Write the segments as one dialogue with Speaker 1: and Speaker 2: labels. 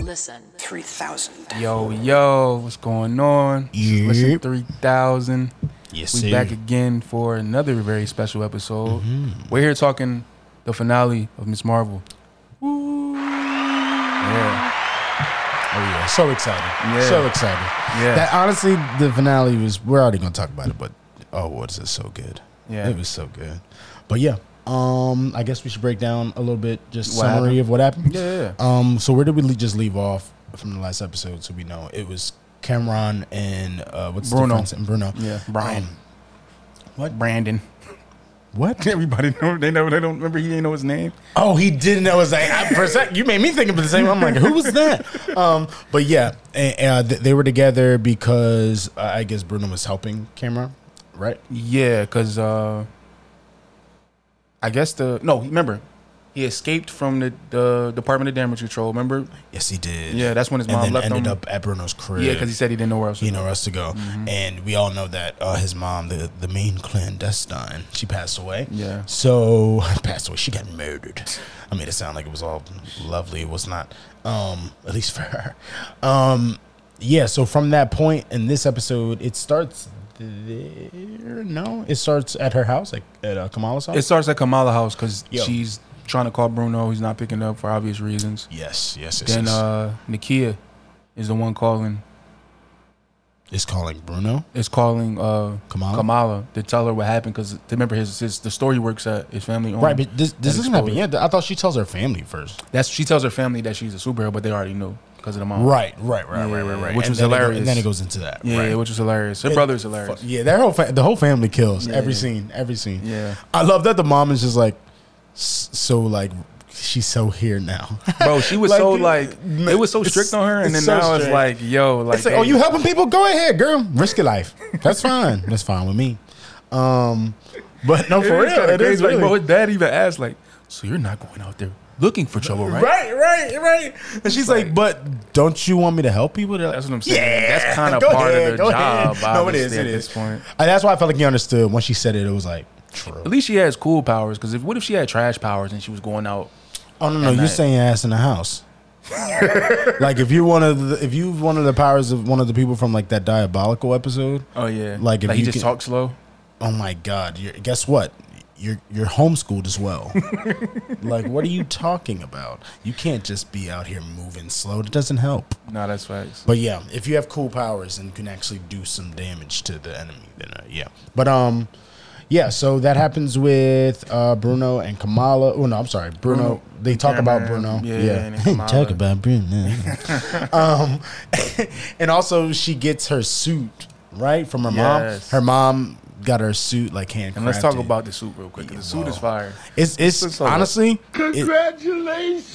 Speaker 1: Listen.
Speaker 2: 3000.
Speaker 3: Yo, yo, what's going on?
Speaker 4: Yep.
Speaker 3: Listen, 3000.
Speaker 4: Yes,
Speaker 3: We
Speaker 4: sir.
Speaker 3: back again for another very special episode.
Speaker 4: Mm-hmm.
Speaker 3: We're here talking the finale of Miss Marvel. Yeah.
Speaker 4: Oh yeah, so excited.
Speaker 3: Yeah.
Speaker 4: So excited.
Speaker 3: Yeah.
Speaker 4: That honestly, the finale was. We're already gonna talk about it, but oh, what's it so good?
Speaker 3: Yeah.
Speaker 4: it was so good. But yeah, um, I guess we should break down a little bit just
Speaker 3: What
Speaker 4: summary
Speaker 3: happened?
Speaker 4: of what happened.
Speaker 3: Yeah, yeah,
Speaker 4: Um, so where did we le- just leave off from the last episode? So we know it was Cameron and uh, what's
Speaker 3: Bruno.
Speaker 4: the difference? And Bruno.
Speaker 3: Yeah, Brian.
Speaker 4: Um, what?
Speaker 3: Brandon.
Speaker 4: What?
Speaker 3: Everybody know they know they don't remember he didn't know his name.
Speaker 4: Oh, he didn't. I was like, I, for a sec, you made me think of the same. I'm like, who was that? Um, but yeah, and, uh, th- they were together because uh, I guess Bruno was helping Cameron, right?
Speaker 3: Yeah, cause uh, I guess the no. Remember, he escaped from the, the Department of Damage Control. Remember?
Speaker 4: Yes, he did.
Speaker 3: Yeah, that's when his
Speaker 4: and
Speaker 3: mom
Speaker 4: then
Speaker 3: left
Speaker 4: ended
Speaker 3: him.
Speaker 4: up at Bruno's crib.
Speaker 3: Yeah, because he said Mm-hmm. he didn't know where else. to
Speaker 4: you
Speaker 3: go.
Speaker 4: know where else to go. And we all know that uh, his mom, the the main clandestine, she passed away.
Speaker 3: Yeah.
Speaker 4: So passed away. She got murdered. I made it sound like it was all lovely. It was not. Um, at least for her. Um, yeah. So from that point in this episode, it starts there. No, it starts at her house, like at uh, Kamala's house.
Speaker 3: It starts at Kamala house because
Speaker 4: Yo.
Speaker 3: she's trying to call Bruno. He's not picking up for obvious reasons.
Speaker 4: yes, yes, yes.
Speaker 3: Then
Speaker 4: yes.
Speaker 3: uh, Nakia is the one calling.
Speaker 4: it's calling Bruno.
Speaker 3: Is calling uh,
Speaker 4: Kamala?
Speaker 3: to tell her what happened because remember his, his the story works at his family. owned.
Speaker 4: Right, but this this
Speaker 3: That
Speaker 4: doesn't happen
Speaker 3: exploded.
Speaker 4: yet. I thought she tells her family first.
Speaker 3: That's she tells her family that she's a superhero, but they already knew because of the mom.
Speaker 4: Right, right, right, right, right, right.
Speaker 3: Oh. Which
Speaker 4: And
Speaker 3: was
Speaker 4: then it go-
Speaker 3: hilarious.
Speaker 4: and then it goes into that.
Speaker 3: Yeah,
Speaker 4: right.
Speaker 3: which was hilarious. Her brother's hilarious.
Speaker 4: Fu- Yeah, that whole fa- the whole family kills every
Speaker 3: Yeah.
Speaker 4: scene, every scene.
Speaker 3: Yeah.
Speaker 4: I love that the mom is just like s- so like she's so here now,
Speaker 3: Bro, she was
Speaker 4: Like,
Speaker 3: so like
Speaker 4: man,
Speaker 3: it was so
Speaker 4: it's-
Speaker 3: strict on her, and then
Speaker 4: it's so
Speaker 3: now it's
Speaker 4: strict.
Speaker 3: like, yo, like,
Speaker 4: It's like, oh,
Speaker 3: hey,
Speaker 4: you helping people? Go ahead, girl. Risk your life. That's fine. That's fine with me. Um, but
Speaker 3: It
Speaker 4: no, for
Speaker 3: is
Speaker 4: real,
Speaker 3: kinda
Speaker 4: it is
Speaker 3: crazy. Like,
Speaker 4: really.
Speaker 3: bro, his dad even asked, like, so you're not going out there looking for trouble, right?
Speaker 4: Right, right, right. And she's like, "But don't you want me to help people?" They're like,
Speaker 3: That's what I'm saying. That's
Speaker 4: "Yeah,
Speaker 3: kind of
Speaker 4: go
Speaker 3: part
Speaker 4: ahead,
Speaker 3: of
Speaker 4: go
Speaker 3: the
Speaker 4: ahead."
Speaker 3: job.
Speaker 4: No, it is.
Speaker 3: obviously,
Speaker 4: It
Speaker 3: at
Speaker 4: is.
Speaker 3: this point.
Speaker 4: And that's why I felt like you understood when she said it. It was like true.
Speaker 3: At least she has cool powers. Because if what if she had trash powers and she was going out?
Speaker 4: Oh no, no,
Speaker 3: And
Speaker 4: you're
Speaker 3: I-
Speaker 4: saying ass in the house. like if you're one of the if you one of the powers of one of the people from like that diabolical episode.
Speaker 3: Oh yeah,
Speaker 4: Like, if
Speaker 3: he
Speaker 4: you
Speaker 3: just
Speaker 4: can-
Speaker 3: talks slow.
Speaker 4: Oh my god! You're, guess what? You're you're homeschooled as well. like what are you talking about? You can't just be out here moving slow. It doesn't help.
Speaker 3: No, that's facts.
Speaker 4: But yeah, if you have cool powers and can actually do some damage to the enemy, then uh, yeah. But um, yeah. So that happens with uh, Bruno and Kamala. Oh no, I'm sorry, Bruno.
Speaker 3: Bruno.
Speaker 4: They talk about
Speaker 3: Cameron,
Speaker 4: Bruno.
Speaker 3: yeah, and then
Speaker 4: Yeah,
Speaker 3: Kamala.
Speaker 4: talk about Bruno. um, and also she gets her suit right from her
Speaker 3: Yes.
Speaker 4: mom. Her mom got her suit like handcrafted.
Speaker 3: And let's talk about the suit real quick. 'cause the suit
Speaker 4: Whoa.
Speaker 3: is fire.
Speaker 4: it's it's
Speaker 3: Let's talk about-
Speaker 4: honestly it-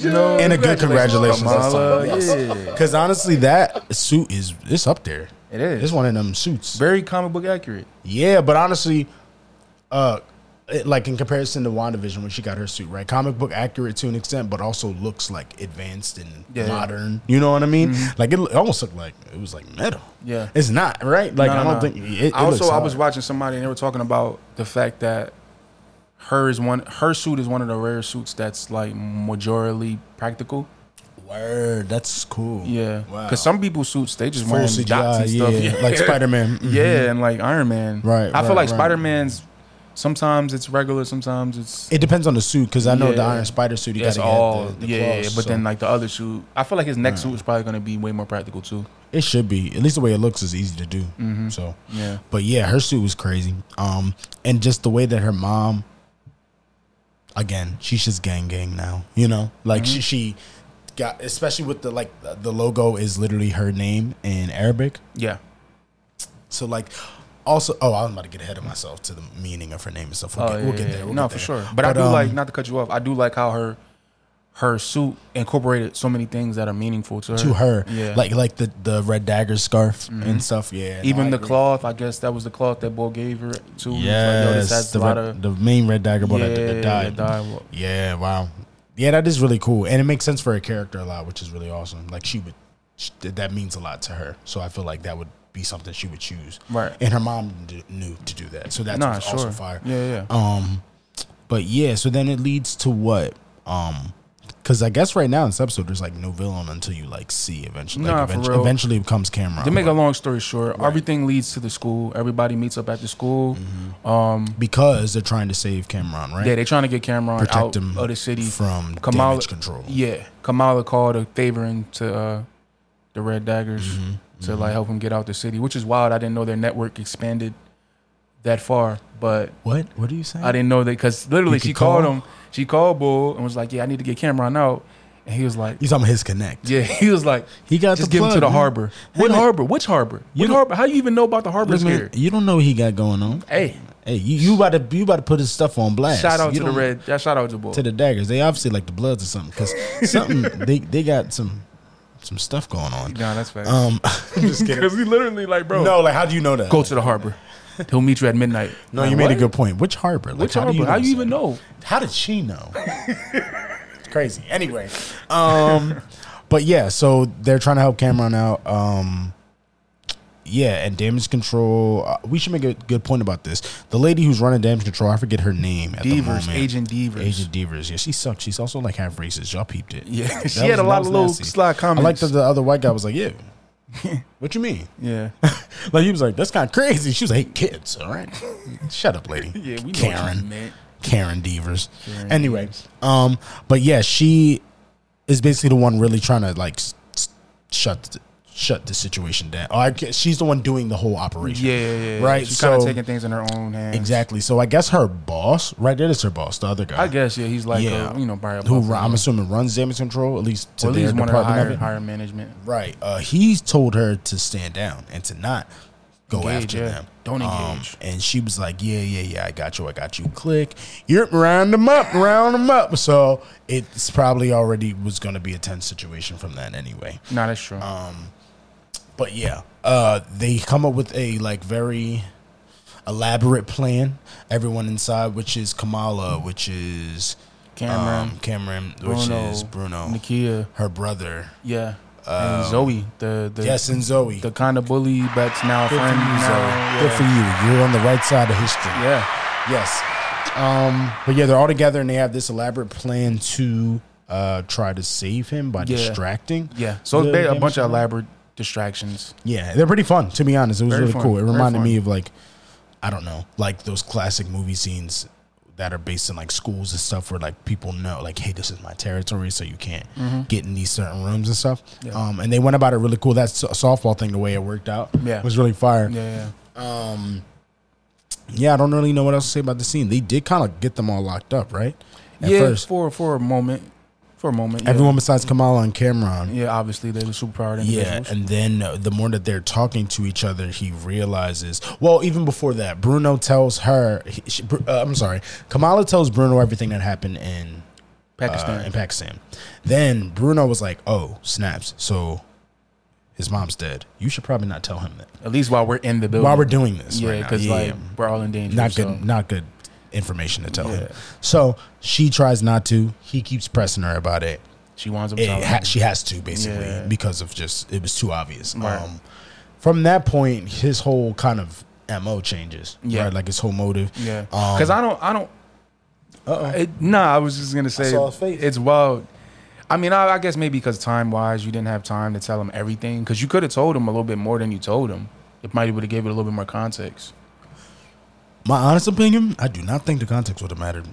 Speaker 3: You know,
Speaker 4: and a good congratulations. Let's talk
Speaker 3: Kamala.
Speaker 4: about this.
Speaker 3: Yeah,
Speaker 4: Cause honestly, that suit is it's up there.
Speaker 3: it is.
Speaker 4: It's one of them suits.
Speaker 3: very comic book accurate.
Speaker 4: Yeah, but honestly, uh, it, like in comparison to WandaVision when she got her suit, right? Comic book accurate to an extent, but also looks like advanced and
Speaker 3: Yeah. Mm-hmm.
Speaker 4: modern. You know what I mean? Like it, lo- it almost looked like it was like metal.
Speaker 3: Yeah.
Speaker 4: it's not right. Like
Speaker 3: No,
Speaker 4: I don't
Speaker 3: no.
Speaker 4: think. It, it
Speaker 3: also,
Speaker 4: looks
Speaker 3: I was
Speaker 4: hard.
Speaker 3: watching somebody and they were talking about the fact that her is one. Her suit is one of the rare suits that's like majorly practical.
Speaker 4: Word, that's cool.
Speaker 3: Yeah, because
Speaker 4: Oh, wow.
Speaker 3: some people's suits they just
Speaker 4: Full
Speaker 3: wearing
Speaker 4: CGI,
Speaker 3: dots and stuff.
Speaker 4: yeah, like Spider-Man. Mhm.
Speaker 3: Yeah, and like Iron Man.
Speaker 4: Right,
Speaker 3: I feel
Speaker 4: right,
Speaker 3: like
Speaker 4: right.
Speaker 3: Spider Man's. Sometimes it's regular. Sometimes it's.
Speaker 4: Mm-hmm. It depends on the suit because I know the
Speaker 3: Yeah.
Speaker 4: Iron Spider suit. You got
Speaker 3: It's
Speaker 4: to
Speaker 3: all
Speaker 4: get the, the
Speaker 3: yeah,
Speaker 4: claws,
Speaker 3: but
Speaker 4: so.
Speaker 3: then like the other suit, I feel like his next suit is probably gonna be way more practical too.
Speaker 4: It should be. At least the way it looks is easy to do.
Speaker 3: Mm-hmm.
Speaker 4: So
Speaker 3: Yeah.
Speaker 4: But yeah, her suit was crazy. Um, and just the way that her mom again, she's just gang gang now. You know? Like
Speaker 3: Mm-hmm.
Speaker 4: she she got especially with the like the- the logo is literally her name in Arabic.
Speaker 3: Yeah,
Speaker 4: So like also oh, I was about to get ahead of myself to the meaning of her name and stuff. We'll,
Speaker 3: Oh,
Speaker 4: get,
Speaker 3: yeah,
Speaker 4: we'll get
Speaker 3: yeah,
Speaker 4: there.
Speaker 3: yeah.
Speaker 4: We'll
Speaker 3: no,
Speaker 4: get
Speaker 3: for
Speaker 4: there.
Speaker 3: sure. But, I do
Speaker 4: um,
Speaker 3: like not to cut you off. I do like how her her suit incorporated so many things that are meaningful to her.
Speaker 4: to her.
Speaker 3: yeah. Mm-hmm.
Speaker 4: Like like the, the red dagger scarf and stuff. Yeah. no,
Speaker 3: even
Speaker 4: I
Speaker 3: the
Speaker 4: agree.
Speaker 3: cloth. I guess that was the cloth that Bo gave her too. He was like, yo, this
Speaker 4: Yes,
Speaker 3: has
Speaker 4: the,
Speaker 3: a lot
Speaker 4: red-
Speaker 3: of
Speaker 4: the main red dagger boy
Speaker 3: yeah,
Speaker 4: that, that died.
Speaker 3: that died.
Speaker 4: Yeah, wow. Yeah, that is really cool, and it makes sense for her character a lot, which is really awesome. Like she would, sh- that means a lot to her. So I feel like that would be something she would choose.
Speaker 3: Right.
Speaker 4: And her mom d- knew to do that, so that's
Speaker 3: Nah,
Speaker 4: what's also
Speaker 3: sure.
Speaker 4: fire.
Speaker 3: Yeah, yeah.
Speaker 4: Um, but yeah, so then it leads to what? Um, Because I guess right now in this episode, there's like no villain until you like see eventually.
Speaker 3: Nah,
Speaker 4: Like,
Speaker 3: for
Speaker 4: eventu-
Speaker 3: real.
Speaker 4: Eventually, it becomes Cameron.
Speaker 3: To make a
Speaker 4: but-
Speaker 3: long story short, everything leads to the school. Everybody meets up at the school. Um,
Speaker 4: Mm-hmm. because they're trying to save Cameron, right?
Speaker 3: yeah, they're trying to get Cameron
Speaker 4: Protect
Speaker 3: out
Speaker 4: him
Speaker 3: of the city.
Speaker 4: from
Speaker 3: Kamala-
Speaker 4: damage control.
Speaker 3: yeah, Kamala called a favor into uh, the Red Daggers
Speaker 4: Mm-hmm.
Speaker 3: to like help him get out the city, which is wild. I didn't know their network expanded that far, but
Speaker 4: What? What are you saying?
Speaker 3: I didn't know that because literally
Speaker 4: You could
Speaker 3: she called
Speaker 4: call?
Speaker 3: him. She called Bull and was like, "Yeah, I need to get Cameron out," and he was like.
Speaker 4: He's talking about his connect.
Speaker 3: Yeah, he was like,
Speaker 4: He got
Speaker 3: just
Speaker 4: the
Speaker 3: give him to
Speaker 4: plug,
Speaker 3: the
Speaker 4: man.
Speaker 3: harbor. What
Speaker 4: man.
Speaker 3: harbor? Which harbor? What
Speaker 4: don't-
Speaker 3: harbor? How you even know about the harbors
Speaker 4: Look, man,
Speaker 3: here?
Speaker 4: you don't know what he got going on.
Speaker 3: Hey,
Speaker 4: Hey, you, you about to you about to put his stuff on blast.
Speaker 3: shout out
Speaker 4: You
Speaker 3: to the
Speaker 4: don't-
Speaker 3: red. yeah, Shout out to Bull.
Speaker 4: to the daggers. They obviously like the Bloods or something because something they they got some some stuff going on.
Speaker 3: Nah, that's fact.
Speaker 4: Um, I'm just kidding.
Speaker 3: Because he literally like, bro,
Speaker 4: No, like how do you know that?
Speaker 3: go to the harbor. He'll meet you at midnight.
Speaker 4: No,
Speaker 3: Like,
Speaker 4: you made a
Speaker 3: what?
Speaker 4: good point. Which harbor? Like,
Speaker 3: Which harbor? how you even know?
Speaker 4: know? How did she know? it's crazy. Anyway, um, but yeah, so they're trying to help Cameron out. Um, yeah, and damage control. Uh, we should make a good point about this. The lady who's running damage control, I forget her name at the
Speaker 3: Devers,
Speaker 4: moment.
Speaker 3: Agent Devers.
Speaker 4: Agent Devers. Yeah, she sucks. She's also like half racist. Y'all peeped it.
Speaker 3: Yeah,
Speaker 4: That
Speaker 3: she had
Speaker 4: was-
Speaker 3: a lot
Speaker 4: that
Speaker 3: of
Speaker 4: was
Speaker 3: little
Speaker 4: nasty.
Speaker 3: sly
Speaker 4: I like
Speaker 3: comments.
Speaker 4: that the other white guy was like, "Yeah, what you mean?"
Speaker 3: yeah,
Speaker 4: Like he was like, "That's kind of crazy." She was like, "Hey, kids, all right, shut up, lady."
Speaker 3: yeah, we know What you
Speaker 4: Karen.
Speaker 3: meant.
Speaker 4: Karen Devers. anyway, um, but yeah, she is basically the one really trying to like s- s- shut the, shut the situation down. Or I guess she's the one doing the whole operation.
Speaker 3: Yeah, yeah, yeah.
Speaker 4: Right,
Speaker 3: She's kind of
Speaker 4: so-
Speaker 3: taking things in her own hands.
Speaker 4: exactly. So I guess her boss, right there, is her boss, the other guy.
Speaker 3: I guess yeah, he's like
Speaker 4: Yeah.
Speaker 3: a, you know Brian
Speaker 4: who
Speaker 3: Buffett,
Speaker 4: I'm assuming runs damage control, at least to
Speaker 3: or at
Speaker 4: their
Speaker 3: least one of the
Speaker 4: department of
Speaker 3: higher,
Speaker 4: it.
Speaker 3: higher management.
Speaker 4: Right. Uh, he told her to stand down and to not go
Speaker 3: Engage,
Speaker 4: after
Speaker 3: yeah.
Speaker 4: them.
Speaker 3: Don't
Speaker 4: Um,
Speaker 3: engage.
Speaker 4: and she was like, "Yeah, yeah, yeah. I got you. I got you." Click. Yep. Round them up. Round them up. So it's probably already was going to be a tense situation from that anyway.
Speaker 3: Nah, that's true.
Speaker 4: Um, But yeah, uh, they come up with a like very elaborate plan. Everyone inside, which is Kamala, which is
Speaker 3: Cameron,
Speaker 4: um, Cameron, which
Speaker 3: Bruno,
Speaker 4: is Bruno, Um,
Speaker 3: Nakia,
Speaker 4: her brother.
Speaker 3: yeah, and Zoe, the the
Speaker 4: Yes, and Zoe.
Speaker 3: the kind of bully that's now a
Speaker 4: Good for
Speaker 3: friend.
Speaker 4: you,
Speaker 3: now,
Speaker 4: Zoe.
Speaker 3: yeah.
Speaker 4: Good for you. You're on the right side of history.
Speaker 3: Yeah,
Speaker 4: Yes. Um, but yeah, they're all together and they have this elaborate plan to uh, try to save him by
Speaker 3: Yeah.
Speaker 4: distracting.
Speaker 3: yeah. So
Speaker 4: the
Speaker 3: it's ba- a
Speaker 4: damage
Speaker 3: bunch of
Speaker 4: control.
Speaker 3: elaborate distractions.
Speaker 4: Yeah, they're pretty fun, to be honest. It was
Speaker 3: Very
Speaker 4: really
Speaker 3: fun.
Speaker 4: cool. It
Speaker 3: Very
Speaker 4: reminded
Speaker 3: fun.
Speaker 4: me of like, I don't know, like those classic movie scenes that are based in like schools and stuff where like people know like hey this is my territory so you can't
Speaker 3: Mm-hmm.
Speaker 4: get in these certain rooms and stuff um and they went about it really cool that so- softball thing the way it worked out
Speaker 3: Yeah.
Speaker 4: was really fire
Speaker 3: Yeah, yeah.
Speaker 4: yeah i don't really know what else to say about the scene they did kind of get them all locked up right at
Speaker 3: yeah,
Speaker 4: first
Speaker 3: for for a moment, for a moment. Yeah.
Speaker 4: Everyone besides Kamala and Cameron.
Speaker 3: yeah, obviously they're the superpowered
Speaker 4: Yeah,
Speaker 3: individuals.
Speaker 4: and then uh, the more that they're talking to each other, he realizes. Well, even before that, Bruno tells her. He, she, Br- uh, I'm sorry, Kamala tells Bruno everything that happened in uh,
Speaker 3: Pakistan.
Speaker 4: in Pakistan. Then Bruno was like, "Oh, snaps! So his mom's dead. You should probably not tell him that
Speaker 3: At least while we're in the building.
Speaker 4: while we're doing this.
Speaker 3: yeah,
Speaker 4: right now.
Speaker 3: because like we're all in danger.
Speaker 4: not
Speaker 3: so.
Speaker 4: good not good information to tell him.
Speaker 3: Yeah.
Speaker 4: So she tries not to. He keeps pressing her about it.
Speaker 3: She winds up.
Speaker 4: it
Speaker 3: telling
Speaker 4: ha-
Speaker 3: him.
Speaker 4: she has to basically
Speaker 3: Yeah.
Speaker 4: because of just it was too obvious.
Speaker 3: Right.
Speaker 4: Um, from that point, his whole kind of mo changes.
Speaker 3: Yeah.
Speaker 4: right? like his whole motive.
Speaker 3: Yeah,
Speaker 4: Um,
Speaker 3: because I don't, I don't.
Speaker 4: Uh-oh.
Speaker 3: It, nah, I was just gonna say
Speaker 4: saw his face.
Speaker 3: it's wild. I mean, I, I guess maybe because time wise, you didn't have time to tell him everything because you could have told him a little bit more than you told him. It might would have gave it a little bit more context.
Speaker 4: my honest opinion, I do not think the context would have mattered.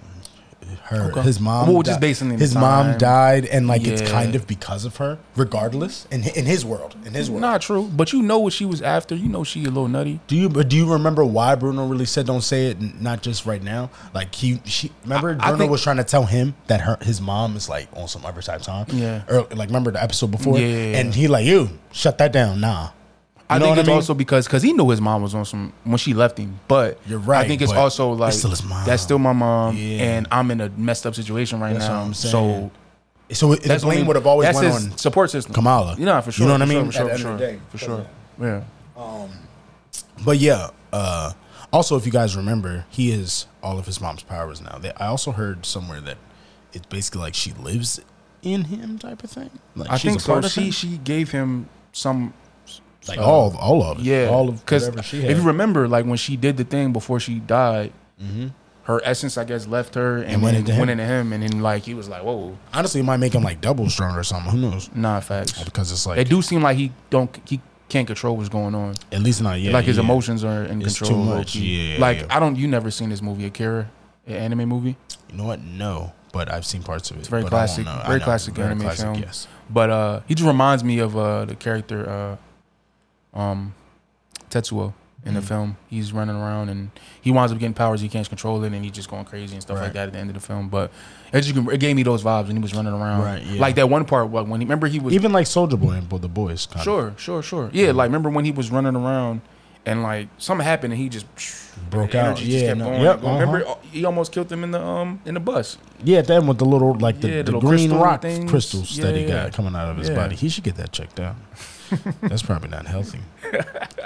Speaker 4: Her,
Speaker 3: Okay.
Speaker 4: his mom.
Speaker 3: Well, just based on the
Speaker 4: his
Speaker 3: time.
Speaker 4: mom died, and like it's
Speaker 3: Yeah.
Speaker 4: kind of because of her, regardless. In in his world, in his world.
Speaker 3: Not true, but you know what she was after. You know she a little nutty.
Speaker 4: Do you but do you remember why Bruno really said don't say it? n- Not just right now. Like he, she remember
Speaker 3: I
Speaker 4: Bruno
Speaker 3: think-
Speaker 4: was trying to tell him that her his mom is like on some other side of time.
Speaker 3: Yeah.
Speaker 4: or like remember the episode before.
Speaker 3: Yeah, yeah, yeah.
Speaker 4: and he like you shut that down. Nah,
Speaker 3: I
Speaker 4: know
Speaker 3: think
Speaker 4: what I
Speaker 3: it's
Speaker 4: mean?
Speaker 3: also because because he knew his mom was on some when she left him. But
Speaker 4: You're right,
Speaker 3: I think it's
Speaker 4: but
Speaker 3: also
Speaker 4: it's
Speaker 3: like
Speaker 4: still his mom.
Speaker 3: that's still my mom,
Speaker 4: Yeah.
Speaker 3: and I'm in a messed up situation right
Speaker 4: That's
Speaker 3: now.
Speaker 4: what I'm
Speaker 3: So
Speaker 4: saying. so it, the
Speaker 3: that's
Speaker 4: blame
Speaker 3: only-
Speaker 4: would have always
Speaker 3: that's
Speaker 4: went
Speaker 3: his
Speaker 4: on
Speaker 3: support system.
Speaker 4: Kamala.
Speaker 3: You know, for sure.
Speaker 4: You know what I
Speaker 3: for sure,
Speaker 4: mean?
Speaker 3: For sure, for
Speaker 4: At the end
Speaker 3: sure.
Speaker 4: of the day,
Speaker 3: for
Speaker 4: so
Speaker 3: sure. Yeah.
Speaker 4: But yeah, uh, also if you guys remember, he is all of his mom's powers now. They, I also heard somewhere that it's basically like she lives in him type of thing. Like
Speaker 3: I
Speaker 4: she's
Speaker 3: think
Speaker 4: a
Speaker 3: so.
Speaker 4: part of
Speaker 3: She
Speaker 4: him?
Speaker 3: she gave him some
Speaker 4: like all all of it.
Speaker 3: yeah
Speaker 4: all of
Speaker 3: because
Speaker 4: whatever she had.
Speaker 3: if you remember like when she did the thing before she died, her essence, I guess, left her and,
Speaker 4: Mm-hmm. went
Speaker 3: then
Speaker 4: into him.
Speaker 3: went into him, and then like he was like, "Whoa,
Speaker 4: Honestly, it might make him like double stronger or something. Who knows?
Speaker 3: nah, facts."
Speaker 4: Because it's
Speaker 3: It
Speaker 4: like
Speaker 3: do seem like he don't he can't control what's going on.
Speaker 4: at least not yet.
Speaker 3: like his
Speaker 4: yeah.
Speaker 3: emotions are in
Speaker 4: It's
Speaker 3: control.
Speaker 4: too
Speaker 3: low
Speaker 4: much,
Speaker 3: key.
Speaker 4: yeah.
Speaker 3: Like I don't. You never seen this movie, Akira, an anime movie,
Speaker 4: You know what? No, but I've seen parts of it. It's
Speaker 3: very classic- very classic anime film.
Speaker 4: Yes.
Speaker 3: but uh, he just reminds me of uh the character uh, um, Tetsuo in
Speaker 4: Mm.
Speaker 3: the film. He's running around and he winds up getting powers he can't control it, and he's just going crazy and stuff like
Speaker 4: Right.
Speaker 3: that at the end of the film. But it just it gave me those vibes when he was running around.
Speaker 4: Right, yeah.
Speaker 3: Like that one part wh- when he remember he was
Speaker 4: Even like Soldier Boy and Bo- the Boys. Kind of
Speaker 3: sure, sure, sure. Yeah, like remember when he was running around. And like something happened, and he just
Speaker 4: broke
Speaker 3: the
Speaker 4: out.
Speaker 3: energy just
Speaker 4: Yeah.
Speaker 3: kept
Speaker 4: no-
Speaker 3: going.
Speaker 4: Yep.
Speaker 3: Going. Remember, uh,
Speaker 4: uh-huh.
Speaker 3: he almost killed them in the um in the bus.
Speaker 4: Yeah, at the end with the little like the,
Speaker 3: Yeah, the
Speaker 4: the,
Speaker 3: little
Speaker 4: green
Speaker 3: crystal
Speaker 4: rock
Speaker 3: things.
Speaker 4: crystals that he
Speaker 3: Yeah, yeah.
Speaker 4: got coming out of his
Speaker 3: Yeah.
Speaker 4: body. He should get that checked out. That's probably not healthy.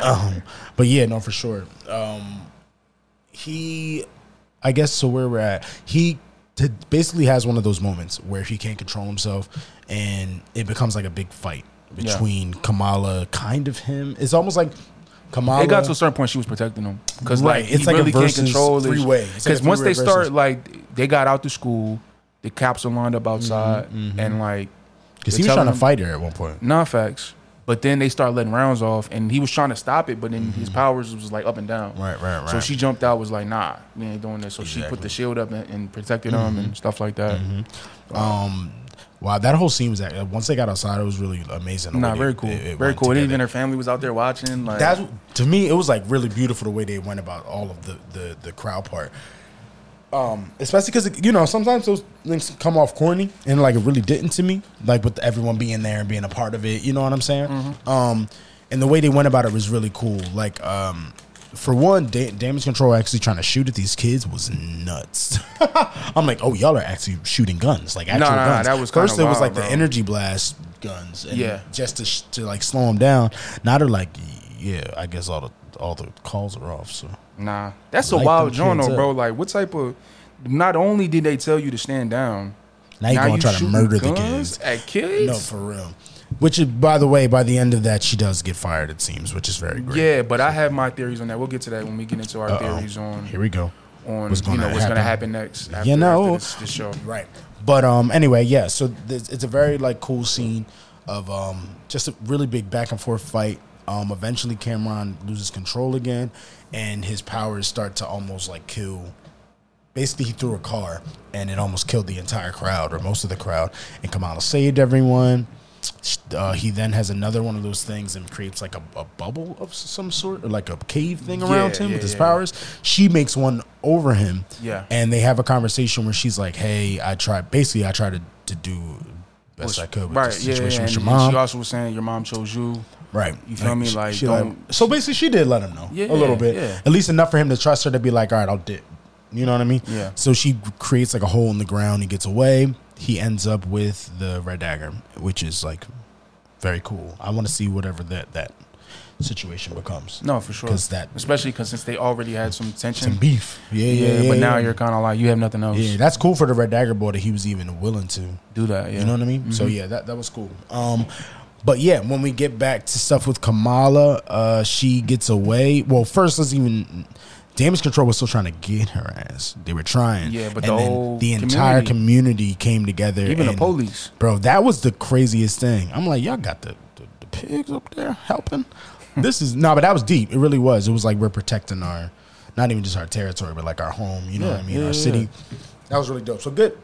Speaker 4: um, but yeah, no, for sure. Um, he, I guess, so where we're at, he t- basically has one of those moments where he can't control himself, and it becomes like a big fight
Speaker 3: Yeah.
Speaker 4: between Kamala, kind of him. It's almost like Kamala.
Speaker 3: It got to a certain point she was protecting him because
Speaker 4: Right,
Speaker 3: like
Speaker 4: it's
Speaker 3: he
Speaker 4: like a
Speaker 3: really can't
Speaker 4: versus
Speaker 3: control
Speaker 4: three way. It's like a
Speaker 3: Because once
Speaker 4: three-way
Speaker 3: they start
Speaker 4: versus.
Speaker 3: like they got out to school, the cops are lined up outside and like they're
Speaker 4: because Mm-hmm, he was
Speaker 3: telling
Speaker 4: trying to
Speaker 3: him-
Speaker 4: fight her at one point.
Speaker 3: nah facts. But then they start letting rounds off, and he was trying to stop it, but then his powers was like up and down.
Speaker 4: Mm-hmm. Right, right, right.
Speaker 3: So she jumped out, was like, "Nah, we ain't doing this." So she
Speaker 4: Exactly. Mm-hmm.
Speaker 3: put the shield up and, and protected him and stuff like that.
Speaker 4: Um, wow, that whole scene was ac- once they got outside, it was really amazing. the
Speaker 3: Nah,
Speaker 4: way
Speaker 3: very
Speaker 4: they-
Speaker 3: cool,
Speaker 4: it- it
Speaker 3: very
Speaker 4: went
Speaker 3: cool. And
Speaker 4: together.
Speaker 3: even her family was out there watching. Like,
Speaker 4: That's to me, it was like really beautiful the way they went about all of the the, the crowd part. Um, especially because you know sometimes those things come off corny and like it really didn't to me, like with everyone being there and being a part of it. You know what I'm saying?
Speaker 3: Mm-hmm.
Speaker 4: Um, and the way they went about it was really cool. Like, um, for one, da- damage control actually trying to shoot at these kids was nuts. I'm like, oh, y'all are actually shooting guns, like actual
Speaker 3: nah, nah,
Speaker 4: guns.
Speaker 3: that was kinda
Speaker 4: first it was
Speaker 3: wild,
Speaker 4: like the
Speaker 3: bro.
Speaker 4: energy blast guns, and
Speaker 3: Yeah.
Speaker 4: just to, sh- to like slow them down. Now they're like, yeah, I guess all the all the calls are off. So
Speaker 3: Nah, that's a
Speaker 4: Light
Speaker 3: wild
Speaker 4: them
Speaker 3: joint,
Speaker 4: kids
Speaker 3: though, bro. Like, what type of? Not only did they tell you to stand down,
Speaker 4: now you're gonna try to
Speaker 3: shooting
Speaker 4: murder the
Speaker 3: guns
Speaker 4: kids.
Speaker 3: at kids.
Speaker 4: No, for real. Which, is, by the way, by the end of that, she does get fired. It seems, which is very great.
Speaker 3: yeah, but I have my theories on that. We'll get to that when we get into our theories on
Speaker 4: Here we go.
Speaker 3: on
Speaker 4: What's
Speaker 3: you
Speaker 4: gonna
Speaker 3: know what's gonna happen
Speaker 4: happen.
Speaker 3: next. After,
Speaker 4: know.
Speaker 3: after this, this show.
Speaker 4: Right. But um anyway, yeah, so this, it's a very like cool scene of um just a really big back and forth fight. Um eventually Cameron loses control again and his powers start to almost like kill basically he threw a car and it almost killed the entire crowd or most of the crowd and Kamala saved everyone. Uh, he then has another one of those things and creates like a, a bubble of s- some sort, or like a cave thing around
Speaker 3: Yeah,
Speaker 4: him
Speaker 3: yeah,
Speaker 4: with his
Speaker 3: yeah.
Speaker 4: powers. She makes one over him,
Speaker 3: Yeah.
Speaker 4: and they have a conversation where she's like, "Hey, I tried. Basically, I tried to, to do best I could with
Speaker 3: Right,
Speaker 4: this
Speaker 3: yeah,
Speaker 4: situation
Speaker 3: and
Speaker 4: with your mom."
Speaker 3: she also was saying your mom chose you.
Speaker 4: right.
Speaker 3: you feel me?
Speaker 4: she-
Speaker 3: Like,
Speaker 4: she
Speaker 3: don't-
Speaker 4: so basically, she did let him know
Speaker 3: Yeah,
Speaker 4: a little bit,
Speaker 3: yeah.
Speaker 4: at least enough for him to trust her to be like, "All right, I'll dip." You know what I mean?
Speaker 3: Yeah.
Speaker 4: So she creates like a hole in the ground. He gets away. He ends up with the red dagger, which is like very cool. I want to see whatever that that situation becomes.
Speaker 3: No, for sure.
Speaker 4: 'Cause that-
Speaker 3: especially because since they already had some tension.
Speaker 4: Some beef. Yeah, yeah.
Speaker 3: yeah,
Speaker 4: yeah,
Speaker 3: but now
Speaker 4: yeah.
Speaker 3: you're kind of like you have nothing else.
Speaker 4: Yeah, that's cool for the Red Dagger boy that he was even willing to
Speaker 3: do that. Yeah, Mm-hmm.
Speaker 4: You know what I mean? So yeah, that, that was cool. Um, but yeah, when we get back to stuff with Kamala, uh, she gets away. Well, first let's even damage control was still trying to get her ass. They were trying.
Speaker 3: Yeah, but
Speaker 4: and
Speaker 3: the
Speaker 4: then
Speaker 3: whole
Speaker 4: the entire
Speaker 3: community-
Speaker 4: community came together.
Speaker 3: even the
Speaker 4: and-
Speaker 3: police.
Speaker 4: bro. That was the craziest thing. I'm like, y'all got the the, the pigs up there helping.
Speaker 3: Hmm.
Speaker 4: this is no, but that was deep. It really was. It was like we're protecting our, not even just our territory, but like our home. You know what I
Speaker 3: Yeah,
Speaker 4: mean?
Speaker 3: yeah,
Speaker 4: our
Speaker 3: yeah.
Speaker 4: city. That was really dope. So good.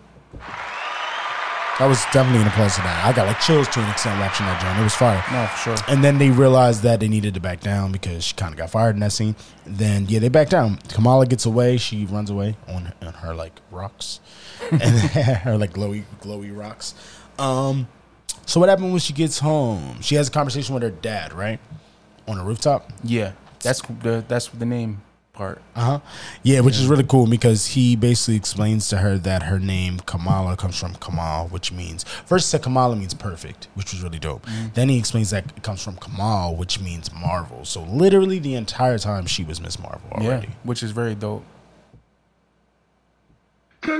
Speaker 4: That was definitely an applause to that. I got like chills to an extent watching that joint. It was fire.
Speaker 3: No, for sure.
Speaker 4: And then they realized that they needed to back down because she kind of got fired in that scene. Then yeah, they back down. Kamala gets away. She runs away on on her like rocks, and her like glowy glowy rocks. Um, so what happened when she gets home? She has a conversation with her dad, right, on a rooftop.
Speaker 3: Yeah, that's the that's the name part.
Speaker 4: Uh huh. Yeah, which is really cool because he basically explains to her that her name Kamala comes from Kamal, which means first he said Kamala means perfect, which was really dope.
Speaker 3: Mm-hmm.
Speaker 4: Then he explains that it comes from Kamal, which means Marvel. So literally the entire time she was Miss Marvel already.
Speaker 3: Yeah, which is very dope.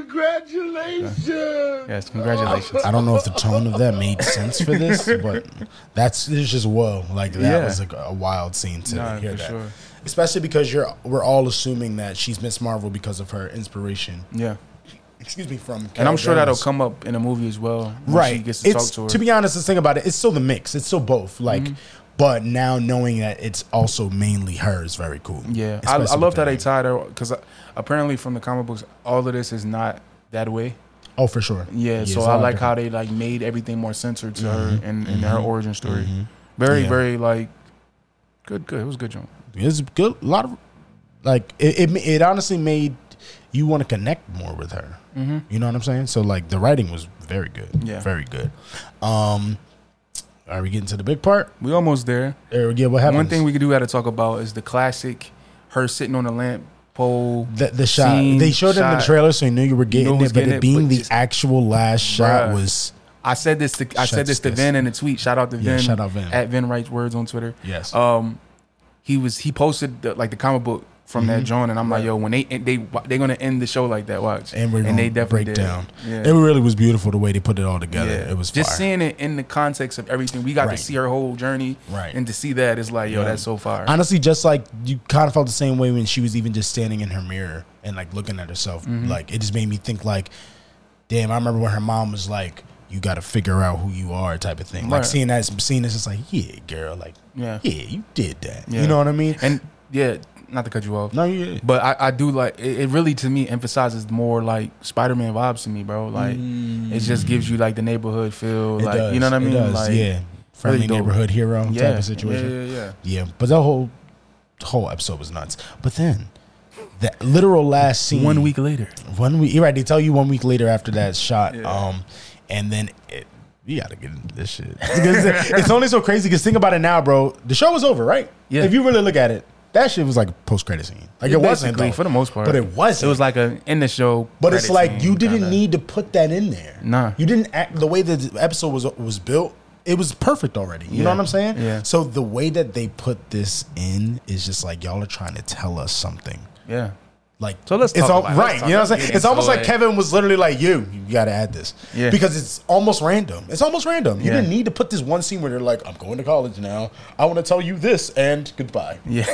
Speaker 1: Congratulations!
Speaker 3: Yes, congratulations.
Speaker 4: I don't know if the tone of that made sense for this, but that's it's just whoa. Like that
Speaker 3: Yeah.
Speaker 4: was like a wild scene to
Speaker 3: Nah,
Speaker 4: hear
Speaker 3: for
Speaker 4: that.
Speaker 3: sure.
Speaker 4: especially because you're we're all assuming that she's Miss Marvel because of her inspiration.
Speaker 3: Yeah.
Speaker 4: Excuse me, from
Speaker 3: And I'm
Speaker 4: Carol
Speaker 3: sure that'll
Speaker 4: Danvers.
Speaker 3: come up in a movie as well. when
Speaker 4: right.
Speaker 3: She gets to
Speaker 4: it's,
Speaker 3: talk to her. Mm-hmm.
Speaker 4: to be honest, the thing about it, it's still the mix. It's still both. Like, but now knowing that it's also mainly her is very cool.
Speaker 3: yeah. I,
Speaker 4: Especially
Speaker 3: I
Speaker 4: with
Speaker 3: love that
Speaker 4: the-
Speaker 3: they tied her because apparently from the comic books, all of this is not that way.
Speaker 4: Oh, for sure.
Speaker 3: Yeah,
Speaker 4: it's
Speaker 3: so
Speaker 4: a
Speaker 3: I
Speaker 4: lot
Speaker 3: like
Speaker 4: different. Mm-hmm.
Speaker 3: how they like made everything more censored to her and, and her origin story. Very,
Speaker 4: Yeah.
Speaker 3: very like good, good. It was a good job.
Speaker 4: it's good. A lot of like it. It, it honestly made you want to connect more with her. You know what I'm saying? So like the writing was very good.
Speaker 3: Mm-hmm. Yeah.
Speaker 4: very good. Um, are we getting to the big part?
Speaker 3: We almost there.
Speaker 4: Or yeah, what happened?
Speaker 3: One thing we could do got to talk about is the classic her sitting on the lamp pole.
Speaker 4: the, the shot
Speaker 3: scene,
Speaker 4: they showed it in the
Speaker 3: shot.
Speaker 4: trailer, so you knew you were getting
Speaker 3: knew it was
Speaker 4: it, but
Speaker 3: getting
Speaker 4: it
Speaker 3: it,
Speaker 4: being
Speaker 3: but
Speaker 4: the
Speaker 3: just-
Speaker 4: actual last shot
Speaker 3: Bruh.
Speaker 4: was
Speaker 3: I said this to I said
Speaker 4: Shots
Speaker 3: this to
Speaker 4: this.
Speaker 3: Vin in a tweet. Shout out to
Speaker 4: Yeah,
Speaker 3: Vin.
Speaker 4: shout out Vin.
Speaker 3: at Vin writes words on Twitter.
Speaker 4: yes.
Speaker 3: Um, he was he posted the, like the comic book from
Speaker 4: Mm-hmm.
Speaker 3: that John, and I'm like, yo, when they they they gonna end the show like that, watch,
Speaker 4: and we're gonna
Speaker 3: they
Speaker 4: break
Speaker 3: definitely did.
Speaker 4: down.
Speaker 3: Yeah.
Speaker 4: It really was beautiful the way they put it all together.
Speaker 3: Yeah.
Speaker 4: It was
Speaker 3: just
Speaker 4: fire.
Speaker 3: seeing it in the context of everything. We got
Speaker 4: Right.
Speaker 3: to see her whole journey,
Speaker 4: Right.
Speaker 3: And to see that, it's like, yo,
Speaker 4: Yeah.
Speaker 3: that's so fire.
Speaker 4: honestly just like you kind of felt the same way when she was even just standing in her mirror and like looking at herself
Speaker 3: Mm-hmm.
Speaker 4: like it just made me think like damn i remember when her mom was like you got to figure out who you are type of thing like
Speaker 3: Right.
Speaker 4: seeing that seeing this it's like yeah girl like
Speaker 3: Yeah.
Speaker 4: yeah you did that
Speaker 3: Yeah.
Speaker 4: you know what i mean
Speaker 3: and yeah, not to cut you off,
Speaker 4: no you
Speaker 3: but I, I do like it, it. Really, to me, emphasizes more like Spider-Man vibes to me, bro. Like it just gives you like the neighborhood feel,
Speaker 4: Mm. it
Speaker 3: like
Speaker 4: does.
Speaker 3: you know what I mean?
Speaker 4: it does.
Speaker 3: Like,
Speaker 4: yeah friendly
Speaker 3: dope.
Speaker 4: neighborhood hero
Speaker 3: yeah,
Speaker 4: type of situation
Speaker 3: Yeah, yeah, yeah.
Speaker 4: Yeah, but that whole whole episode was nuts. But then that literal last scene
Speaker 3: One week later,
Speaker 4: one week you're right, they tell you one week later after that shot.
Speaker 3: Yeah.
Speaker 4: Um and then it, you gotta get into this shit. 'Cause it's only so crazy because think about it now, bro. The show was over, right?
Speaker 3: Yeah.
Speaker 4: If you really look at it, that shit was like a post credit scene. Like it, wasn't
Speaker 3: Basically,
Speaker 4: though.
Speaker 3: for the most part,
Speaker 4: But it wasn't.
Speaker 3: It was like a in the show,
Speaker 4: But it's
Speaker 3: credit
Speaker 4: like
Speaker 3: scene,
Speaker 4: you didn't
Speaker 3: kinda.
Speaker 4: need to put that in there.
Speaker 3: Nah.
Speaker 4: you didn't act the way that the episode was was built. It was perfect already. You know
Speaker 3: Yeah.
Speaker 4: what I'm saying?
Speaker 3: Yeah.
Speaker 4: So the way that they put this in is just like y'all are trying to tell us something.
Speaker 3: Yeah,
Speaker 4: Like
Speaker 3: So let's
Speaker 4: it's
Speaker 3: talk
Speaker 4: all
Speaker 3: about
Speaker 4: right.
Speaker 3: it. Let's talk
Speaker 4: You know what
Speaker 3: about
Speaker 4: I'm
Speaker 3: it.
Speaker 4: saying?
Speaker 3: Get
Speaker 4: It's almost
Speaker 3: into
Speaker 4: like
Speaker 3: it.
Speaker 4: Kevin was literally like, "You, you got to add this."
Speaker 3: Yeah.
Speaker 4: Because it's almost random. It's almost random. You
Speaker 3: Yeah.
Speaker 4: didn't need to put this one scene where they're like, "I'm going to college now. I want to tell you this and goodbye."
Speaker 3: yeah.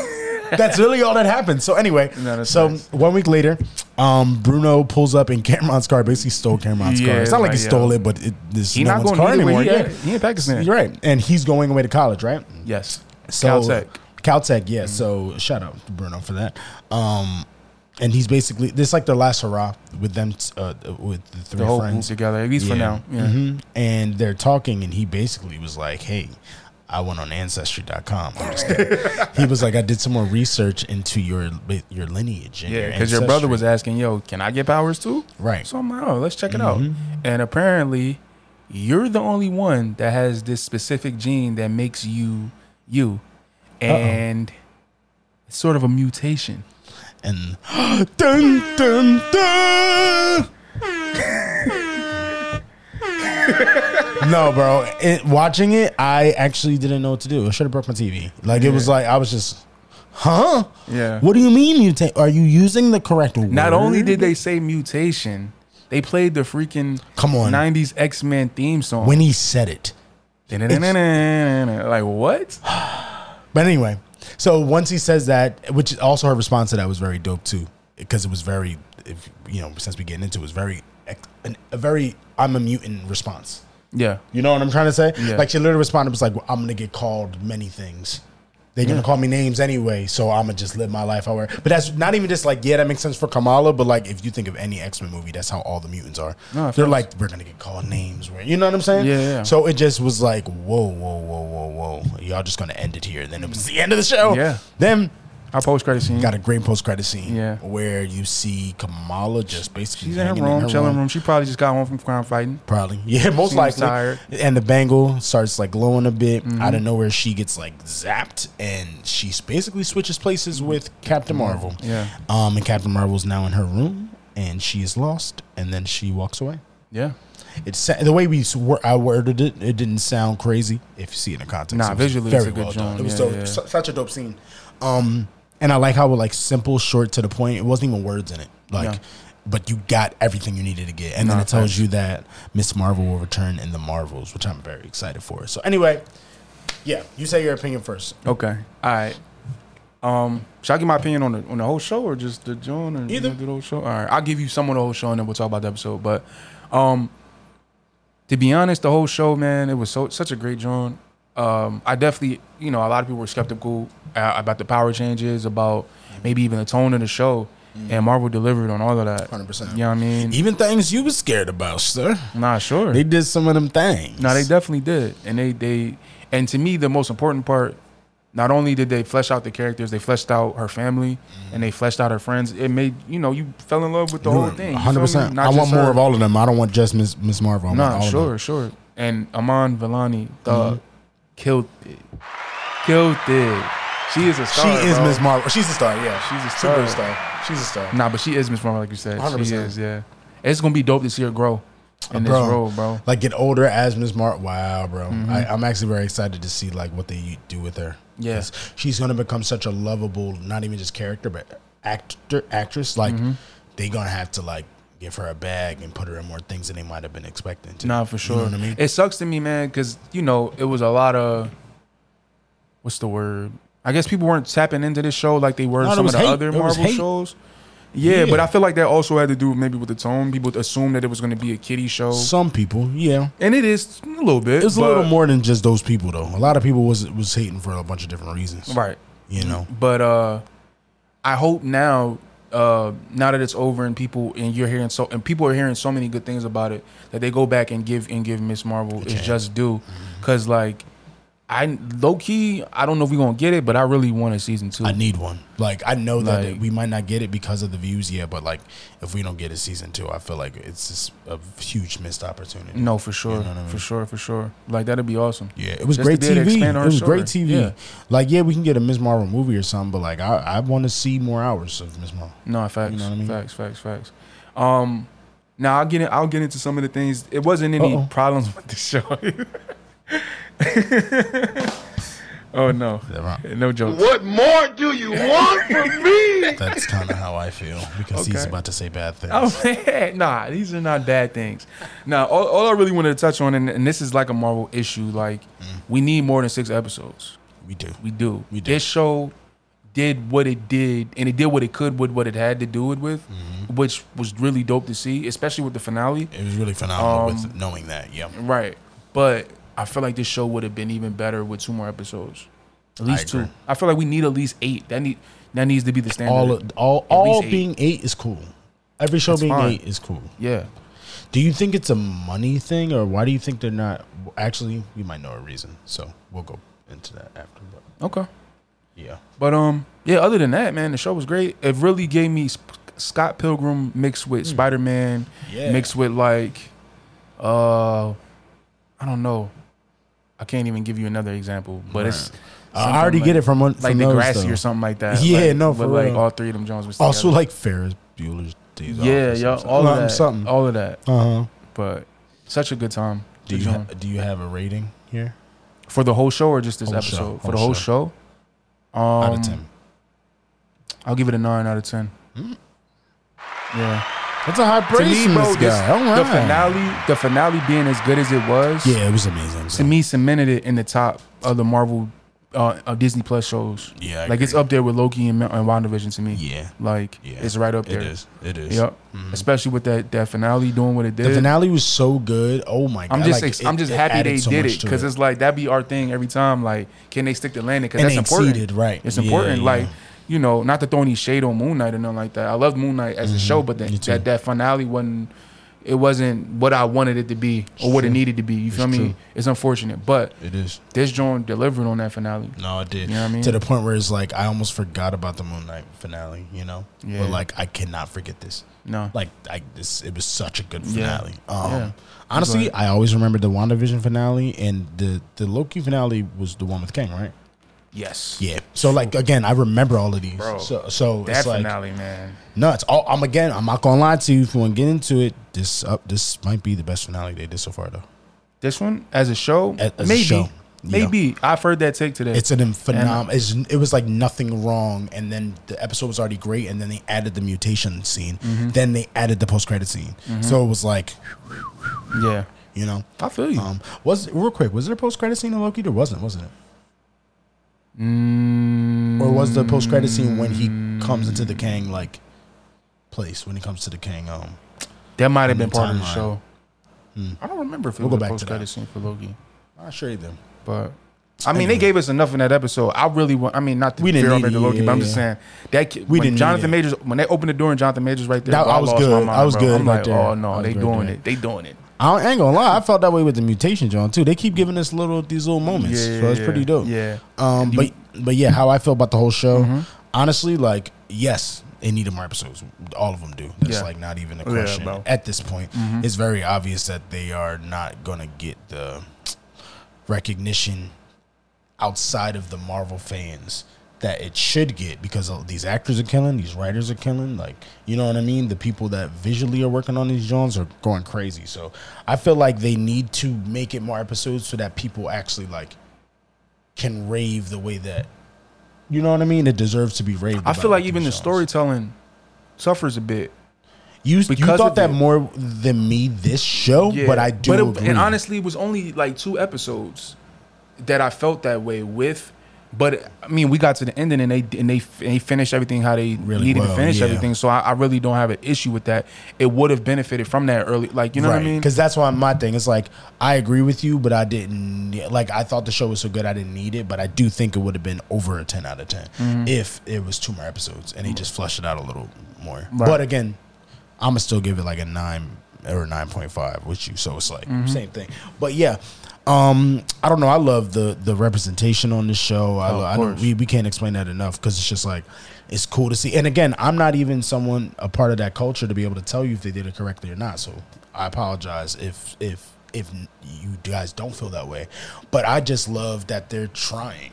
Speaker 4: That's really all that happened. So anyway,
Speaker 3: No, that's
Speaker 4: so
Speaker 3: nice.
Speaker 4: one week later, um, Bruno pulls up in Cameron's car. Basically, stole Cameron's car.
Speaker 3: Yeah,
Speaker 4: It's not like he
Speaker 3: like, yo.
Speaker 4: stole it, but it, this
Speaker 3: He
Speaker 4: no
Speaker 3: not
Speaker 4: one's
Speaker 3: going
Speaker 4: car
Speaker 3: neither way.
Speaker 4: anymore.
Speaker 3: He
Speaker 4: yeah,
Speaker 3: at- he in Pakistan.
Speaker 4: you're right. And he's going away to college, right?
Speaker 3: Yes.
Speaker 4: So
Speaker 3: Caltech. Mm-hmm.
Speaker 4: Caltech, yeah. So shout out to Bruno for that. Um, and he's basically this is like their last hurrah with them uh, with the three
Speaker 3: The whole group
Speaker 4: friends
Speaker 3: together, at least for now. Yeah.
Speaker 4: Mhm. And they're talking, and he basically was like, "Hey." I went on ancestry.com. I'm just kidding. he was like, I did some more research into your your lineage. and
Speaker 3: Yeah, because your brother was asking, "Yo, can I get powers too?"
Speaker 4: Right.
Speaker 3: So I'm like, "Oh, let's check it out."
Speaker 4: Mm-hmm.
Speaker 3: And apparently, you're the only one that has this specific gene that makes you you, and it's sort of a mutation.
Speaker 4: and dun dun dun. no, bro. It, watching it, I actually didn't know what to do. I should have broke my TV. Like it was like I was just, huh?
Speaker 3: Yeah.
Speaker 4: What do you mean you take? Are you using the correct word?
Speaker 3: Not only did they say mutation, they played the freaking
Speaker 4: Come on.
Speaker 3: '90s X Men theme song.
Speaker 4: when he said it.
Speaker 3: like what?
Speaker 4: But anyway, so once he says that, which is also her response to that was very dope too, because it was very, if, you know, since we getting into, it, it was very, ex- an, a very I'm a mutant response.
Speaker 3: Yeah.
Speaker 4: You know what I'm trying to say?
Speaker 3: Yeah.
Speaker 4: Like she literally responded was like, well, "I'm gonna get called many things. They're gonna call me names anyway, so I'm gonna just live my life however." But that's not even just like, yeah, that makes sense for Kamala, but like if you think of any X Men movie, that's how all the mutants are.
Speaker 3: No, it
Speaker 4: They're
Speaker 3: feels-
Speaker 4: like, we're gonna get called names. We're- You know what I'm saying?
Speaker 3: Yeah, yeah.
Speaker 4: So it just was like, whoa, whoa, whoa, whoa, whoa. Y'all just gonna end it here. And then it was the end of the show.
Speaker 3: Yeah.
Speaker 4: Then
Speaker 3: Our post credit scene.
Speaker 4: got a great post credit scene
Speaker 3: Yeah.
Speaker 4: where you see Kamala just basically
Speaker 3: She's in her
Speaker 4: hanging
Speaker 3: room, chilling room. She probably just got home from crime fighting.
Speaker 4: Probably. Yeah, most likely.
Speaker 3: tired.
Speaker 4: And the bangle starts like glowing a bit. Out of nowhere, she gets like zapped and she basically switches places with Captain Marvel.
Speaker 3: Yeah.
Speaker 4: Um, and Captain Marvel's now in her room and she is lost and then she walks away.
Speaker 3: Yeah.
Speaker 4: It's sa- the way we s- wor- I worded it. It didn't sound crazy if you see it in context.
Speaker 3: Nah,
Speaker 4: it was
Speaker 3: visually it's a good joint.
Speaker 4: It was
Speaker 3: Yeah,
Speaker 4: dope.
Speaker 3: yeah.
Speaker 4: Su- such a dope scene. Um, and I like how it like simple, short, to the point. It wasn't even words in it. Like,
Speaker 3: Yeah.
Speaker 4: but you got everything you needed to get. And then
Speaker 3: Nah,
Speaker 4: it tells
Speaker 3: facts.
Speaker 4: you that Miss Marvel will return in the Marvels, which I'm very excited for. So anyway, yeah, you say your opinion first.
Speaker 3: Okay. All right. Um, should I give my opinion on the on the whole show or just the John or
Speaker 4: Either.
Speaker 3: the whole show? All right, I'll give you some of the whole show and then we'll talk about the episode. But um, to be honest, the whole show, man, it was so such a great John. Um, I definitely, you know, a lot of people were skeptical uh, about the power changes, about maybe even the tone of the show, and Marvel delivered on all of that.
Speaker 4: 100%.
Speaker 3: You know what I mean?
Speaker 4: Even things you was scared about, sir.
Speaker 3: Nah, sure.
Speaker 4: They did some of them things.
Speaker 3: No, they definitely did, and they they and to me the most important part. Not only did they flesh out the characters, they fleshed out her family
Speaker 4: Mm-hmm.
Speaker 3: and they fleshed out her friends. It made you know you fell in love with the whole thing. you feel me?
Speaker 4: 100%.
Speaker 3: Not
Speaker 4: I want
Speaker 3: just
Speaker 4: more
Speaker 3: her.
Speaker 4: of all of them. I don't want just Miss Miss Marvel. I want
Speaker 3: Nah,
Speaker 4: all of them. Mm-hmm.
Speaker 3: sure, sure. And Aman Vellani, dog, killed it, killed it. She is a
Speaker 4: She
Speaker 3: star.
Speaker 4: is
Speaker 3: bro.
Speaker 4: Miss Marvel. She's a star. Yeah,
Speaker 3: She's a star.
Speaker 4: superstar. She's a star.
Speaker 3: Nah, but she is Miss Marvel, like you said. She
Speaker 4: 100%.
Speaker 3: is, yeah. It's gonna be dope to see her grow in
Speaker 4: Bro,
Speaker 3: this role, bro.
Speaker 4: Like get older as Miss Marvel. Wow, bro.
Speaker 3: Mm-hmm.
Speaker 4: I, I'm actually very excited to see like what they do with her.
Speaker 3: Yeah.
Speaker 4: 'Cause she's gonna become such a lovable, not even just character, but actor actress. Like
Speaker 3: Mm-hmm.
Speaker 4: they gonna have to like give her a bag and put her in more things than they might have been expecting. To.
Speaker 3: Nah, for sure.
Speaker 4: what I mean?
Speaker 3: It sucks to me, man, because you know it was a lot of what's the word? I guess people weren't tapping into this show like they were
Speaker 4: No, it
Speaker 3: some of
Speaker 4: was
Speaker 3: the
Speaker 4: hate.
Speaker 3: other
Speaker 4: It was
Speaker 3: Marvel
Speaker 4: hate.
Speaker 3: shows. Yeah,
Speaker 4: Yeah.
Speaker 3: but I feel like that also had to do maybe with the tone. People assumed that it was going to be a kiddie show,
Speaker 4: Some people, yeah,
Speaker 3: and it is a little bit.
Speaker 4: it's a
Speaker 3: but-
Speaker 4: little more than just those people though. A lot of people was was hating for a bunch of different reasons.
Speaker 3: right.
Speaker 4: You know.
Speaker 3: But uh, I hope now, uh, now that it's over and people and you're hearing so and people are hearing so many good things about it that they go back and give and give Miss Marvel its just due,
Speaker 4: Mm-hmm.
Speaker 3: because like I low key I don't know if we're gonna get it, but I really want a season two.
Speaker 4: I need one. Like I know that
Speaker 3: Like-
Speaker 4: we might not get it because of the views, yeah. But like, if we don't get a season two, I feel like it's just a huge missed opportunity.
Speaker 3: no, for sure,
Speaker 4: what I mean?
Speaker 3: for sure, for sure. Like that'd be awesome.
Speaker 4: Yeah, it was
Speaker 3: Just
Speaker 4: great
Speaker 3: to be able
Speaker 4: TV.
Speaker 3: to
Speaker 4: It
Speaker 3: expand our
Speaker 4: was
Speaker 3: story.
Speaker 4: great TV.
Speaker 3: Yeah.
Speaker 4: Like, yeah, we can get a Miss Marvel movie or something, but like, I, I want to see more hours of Miss Marvel.
Speaker 3: No, facts,
Speaker 4: You know what I mean?
Speaker 3: facts, facts, facts. Um, now I'll get in, I'll get into some of the things. It wasn't any
Speaker 4: Uh-oh.
Speaker 3: problems with the show. oh no,
Speaker 4: Is that right?
Speaker 3: no joke.
Speaker 1: What more do you want from me?
Speaker 4: That's kind of how I feel because he's
Speaker 3: Okay.
Speaker 4: about to say bad things.
Speaker 3: Oh man, nah, these are not bad things. Now, all, all I really wanted to touch on, and, and this is like a Marvel issue, like we need more than six episodes.
Speaker 4: We do.
Speaker 3: We do.
Speaker 4: Mm. We do.
Speaker 3: This show did what it did, and it did what it could with what it had to do it with,
Speaker 4: Mm-hmm.
Speaker 3: which was really dope to see, especially with the finale.
Speaker 4: It was really phenomenal with
Speaker 3: Um,
Speaker 4: knowing that. Yeah,
Speaker 3: Right, but I feel like this show would have been even better with two more episodes, at least two.
Speaker 4: agree.
Speaker 3: I feel like we need at least eight. That need that needs to be the standard.
Speaker 4: all all all
Speaker 3: least eight.
Speaker 4: being eight is cool. Every show being
Speaker 3: fine.
Speaker 4: eight is cool.
Speaker 3: yeah.
Speaker 4: Do you think it's a money thing, or why do you think they're not? Actually, we might know a reason, so we'll go into that after. But
Speaker 3: Okay.
Speaker 4: yeah,
Speaker 3: But um, yeah. Other than that, man, the show was great. It really gave me Sp- Scott Pilgrim mixed with Spider Man,
Speaker 4: Hmm. Yeah.
Speaker 3: mixed with like, uh, I don't know. I can't even give you another example, but it's.
Speaker 4: I already get it from one
Speaker 3: like
Speaker 4: from those,
Speaker 3: Degrassi
Speaker 4: though.
Speaker 3: or something like that.
Speaker 4: Yeah,
Speaker 3: like,
Speaker 4: no,
Speaker 3: but
Speaker 4: for
Speaker 3: like
Speaker 4: real.
Speaker 3: all three of them Jones was
Speaker 4: Also,
Speaker 3: together.
Speaker 4: like Ferris Bueller's Days
Speaker 3: yeah,
Speaker 4: Off.
Speaker 3: yeah, all of that, Oh.
Speaker 4: something.
Speaker 3: all of that.
Speaker 4: Uh huh.
Speaker 3: But such a good time.
Speaker 4: Do
Speaker 3: Good
Speaker 4: you
Speaker 3: time.
Speaker 4: ha- do you have a rating here?
Speaker 3: for the whole show or just this
Speaker 4: Whole show,
Speaker 3: episode?
Speaker 4: whole
Speaker 3: for the whole show, um,
Speaker 4: Out of ten.
Speaker 3: I'll give it a nine out of ten.
Speaker 4: Hmm.
Speaker 3: Yeah.
Speaker 4: That's a high
Speaker 3: to
Speaker 4: praise
Speaker 3: me,
Speaker 4: from
Speaker 3: bro,
Speaker 4: this
Speaker 3: this-
Speaker 4: guy. All right.
Speaker 3: the finale, the finale being as good as it was,
Speaker 4: Yeah, it was amazing.
Speaker 3: to me cemented it in the top of the Marvel, uh, of Disney Plus shows.
Speaker 4: Yeah, I
Speaker 3: like it's
Speaker 4: agree.
Speaker 3: up there with Loki and, Ma- and WandaVision to me.
Speaker 4: Yeah.
Speaker 3: like
Speaker 4: Yeah.
Speaker 3: it's right up there.
Speaker 4: It is. mm-hmm. It is.
Speaker 3: Yep, especially with that that finale doing what it did.
Speaker 4: The finale was so good. Oh my god!
Speaker 3: I'm just
Speaker 4: Like,
Speaker 3: ex-
Speaker 4: it-
Speaker 3: I'm just
Speaker 4: it
Speaker 3: happy
Speaker 4: added
Speaker 3: they
Speaker 4: so
Speaker 3: did
Speaker 4: much
Speaker 3: it
Speaker 4: to
Speaker 3: because it's like that be our thing every time. Like, can they stick the landing? Because
Speaker 4: And
Speaker 3: that's
Speaker 4: they
Speaker 3: important,
Speaker 4: exceeded, right.
Speaker 3: It's
Speaker 4: Yeah,
Speaker 3: important.
Speaker 4: yeah.
Speaker 3: Like, you know, not to throw any shade on Moon Knight or nothing like that. I love Moon Knight as a show, but that,
Speaker 4: Mm-hmm. too.
Speaker 3: that that finale wasn't. It wasn't what I wanted it to be or what it needed to be. You feel me?
Speaker 4: true.
Speaker 3: It's unfortunate, but
Speaker 4: it is.
Speaker 3: this joint delivered on that finale.
Speaker 4: No, it did.
Speaker 3: You know what I mean?
Speaker 4: To the point where it's like I almost forgot about the Moon Knight finale. You know,
Speaker 3: Yeah.
Speaker 4: but like I cannot forget this.
Speaker 3: No,
Speaker 4: Like I this, it was such a good
Speaker 3: Yeah.
Speaker 4: finale. Um,
Speaker 3: Yeah.
Speaker 4: Honestly,
Speaker 3: But-
Speaker 4: I always remember the WandaVision finale and the the Loki finale was the one with King, right?
Speaker 3: yes,
Speaker 4: Yeah. So like again, I remember all of these.
Speaker 3: Bro,
Speaker 4: so so
Speaker 3: that
Speaker 4: it's like
Speaker 3: finale, man.
Speaker 4: nuts. All, I'm again. I'm not gonna lie to you. If you want to get into it, this up this might be the best finale they did so far though.
Speaker 3: This one as a show,
Speaker 4: As- as a
Speaker 3: maybe,
Speaker 4: show, yeah.
Speaker 3: maybe I've heard that take today.
Speaker 4: It's an phenomenal. It's, it was like nothing wrong, and then the episode was already great, and then they added the mutation scene.
Speaker 3: Mm-hmm.
Speaker 4: Then they added the post credit scene. So it was like,
Speaker 3: yeah,
Speaker 4: you know,
Speaker 3: Mm-hmm. I feel you.
Speaker 4: um, was real quick. Was there a post credit scene in Loki? There wasn't, wasn't it? Or was the post credit scene when he comes into the Kang like place when he comes to the Kang um
Speaker 3: That might have
Speaker 4: the
Speaker 3: been part of the
Speaker 4: timeline. Hmm.
Speaker 3: show. I don't remember if it
Speaker 4: We'll
Speaker 3: was
Speaker 4: go
Speaker 3: a
Speaker 4: back to
Speaker 3: post credit
Speaker 4: that.
Speaker 3: scene for Loki,
Speaker 4: I'll show you them.
Speaker 3: but I mean, they gave us enough in that episode. I really want. I mean, not to
Speaker 4: We didn't
Speaker 3: fear
Speaker 4: need
Speaker 3: under the
Speaker 4: it,
Speaker 3: Loki,
Speaker 4: yeah,
Speaker 3: but I'm
Speaker 4: yeah.
Speaker 3: just saying that kid,
Speaker 4: We
Speaker 3: when
Speaker 4: didn't need
Speaker 3: Jonathan
Speaker 4: it.
Speaker 3: Majors when they opened the door and Jonathan Majors right there.
Speaker 4: That-
Speaker 3: bro,
Speaker 4: I was
Speaker 3: lost my
Speaker 4: good.
Speaker 3: mind,
Speaker 4: I was
Speaker 3: bro.
Speaker 4: good
Speaker 3: I'm
Speaker 4: right
Speaker 3: like,
Speaker 4: there.
Speaker 3: oh
Speaker 4: I
Speaker 3: no,
Speaker 4: was
Speaker 3: they
Speaker 4: right
Speaker 3: doing
Speaker 4: there.
Speaker 3: it. They doing it.
Speaker 4: I ain't gonna lie, I felt that way with the mutation, John, too. They keep giving us little these little moments.
Speaker 3: Yeah,
Speaker 4: so it's
Speaker 3: yeah,
Speaker 4: pretty dope.
Speaker 3: yeah. Mm-hmm.
Speaker 4: Um but but yeah, how I feel about the whole show. Honestly, like, yes, they need more episodes. All of them do. That's
Speaker 3: Yeah.
Speaker 4: like not even a
Speaker 3: Yeah,
Speaker 4: question.
Speaker 3: bro. Mm-hmm.
Speaker 4: At this point, it's very obvious that they are not gonna get the recognition outside of the Marvel fans that it should get because all these actors are killing, these writers are killing. Like, you know what I mean? The people that visually are working on these Jones are going crazy. So I feel like they need to make it more episodes so that people actually like can rave the way that you know what I mean? It deserves to be raved.
Speaker 3: I
Speaker 4: about
Speaker 3: feel like
Speaker 4: these
Speaker 3: even the
Speaker 4: Johns.
Speaker 3: storytelling suffers a bit.
Speaker 4: You, you
Speaker 3: because
Speaker 4: thought
Speaker 3: of
Speaker 4: that
Speaker 3: it.
Speaker 4: more than me this show,
Speaker 3: Yeah,
Speaker 4: but I do.
Speaker 3: it-
Speaker 4: agree.
Speaker 3: And honestly, it was only like two episodes that I felt that way with. But I mean, we got to the ending and they and they, they finished everything how they
Speaker 4: Really
Speaker 3: needed
Speaker 4: well,
Speaker 3: to finish
Speaker 4: yeah.
Speaker 3: everything. So I, I really don't have an issue with that. It would have benefited from that early, like you know what I mean?
Speaker 4: Because that's why my thing is like I agree with you, but I didn't like. I thought the show was so good, I didn't need it. But I do think it would have been over a ten out of 10
Speaker 3: Mm-hmm.
Speaker 4: if it was two more episodes and he just flushed it out a little more. But again, I'm gonna still give it like a nine or nine point five with you. So it's like
Speaker 3: Mm-hmm.
Speaker 4: same thing. But yeah. Um, I don't know. I love the the representation on this show. I, lo- I don't,
Speaker 3: Oh, course.
Speaker 4: we we can't explain that enough because it's just like it's cool to see. And again, I'm not even someone a part of that culture to be able to tell you if they did it correctly or not. So I apologize if if if you guys don't feel that way. But I just love that they're trying.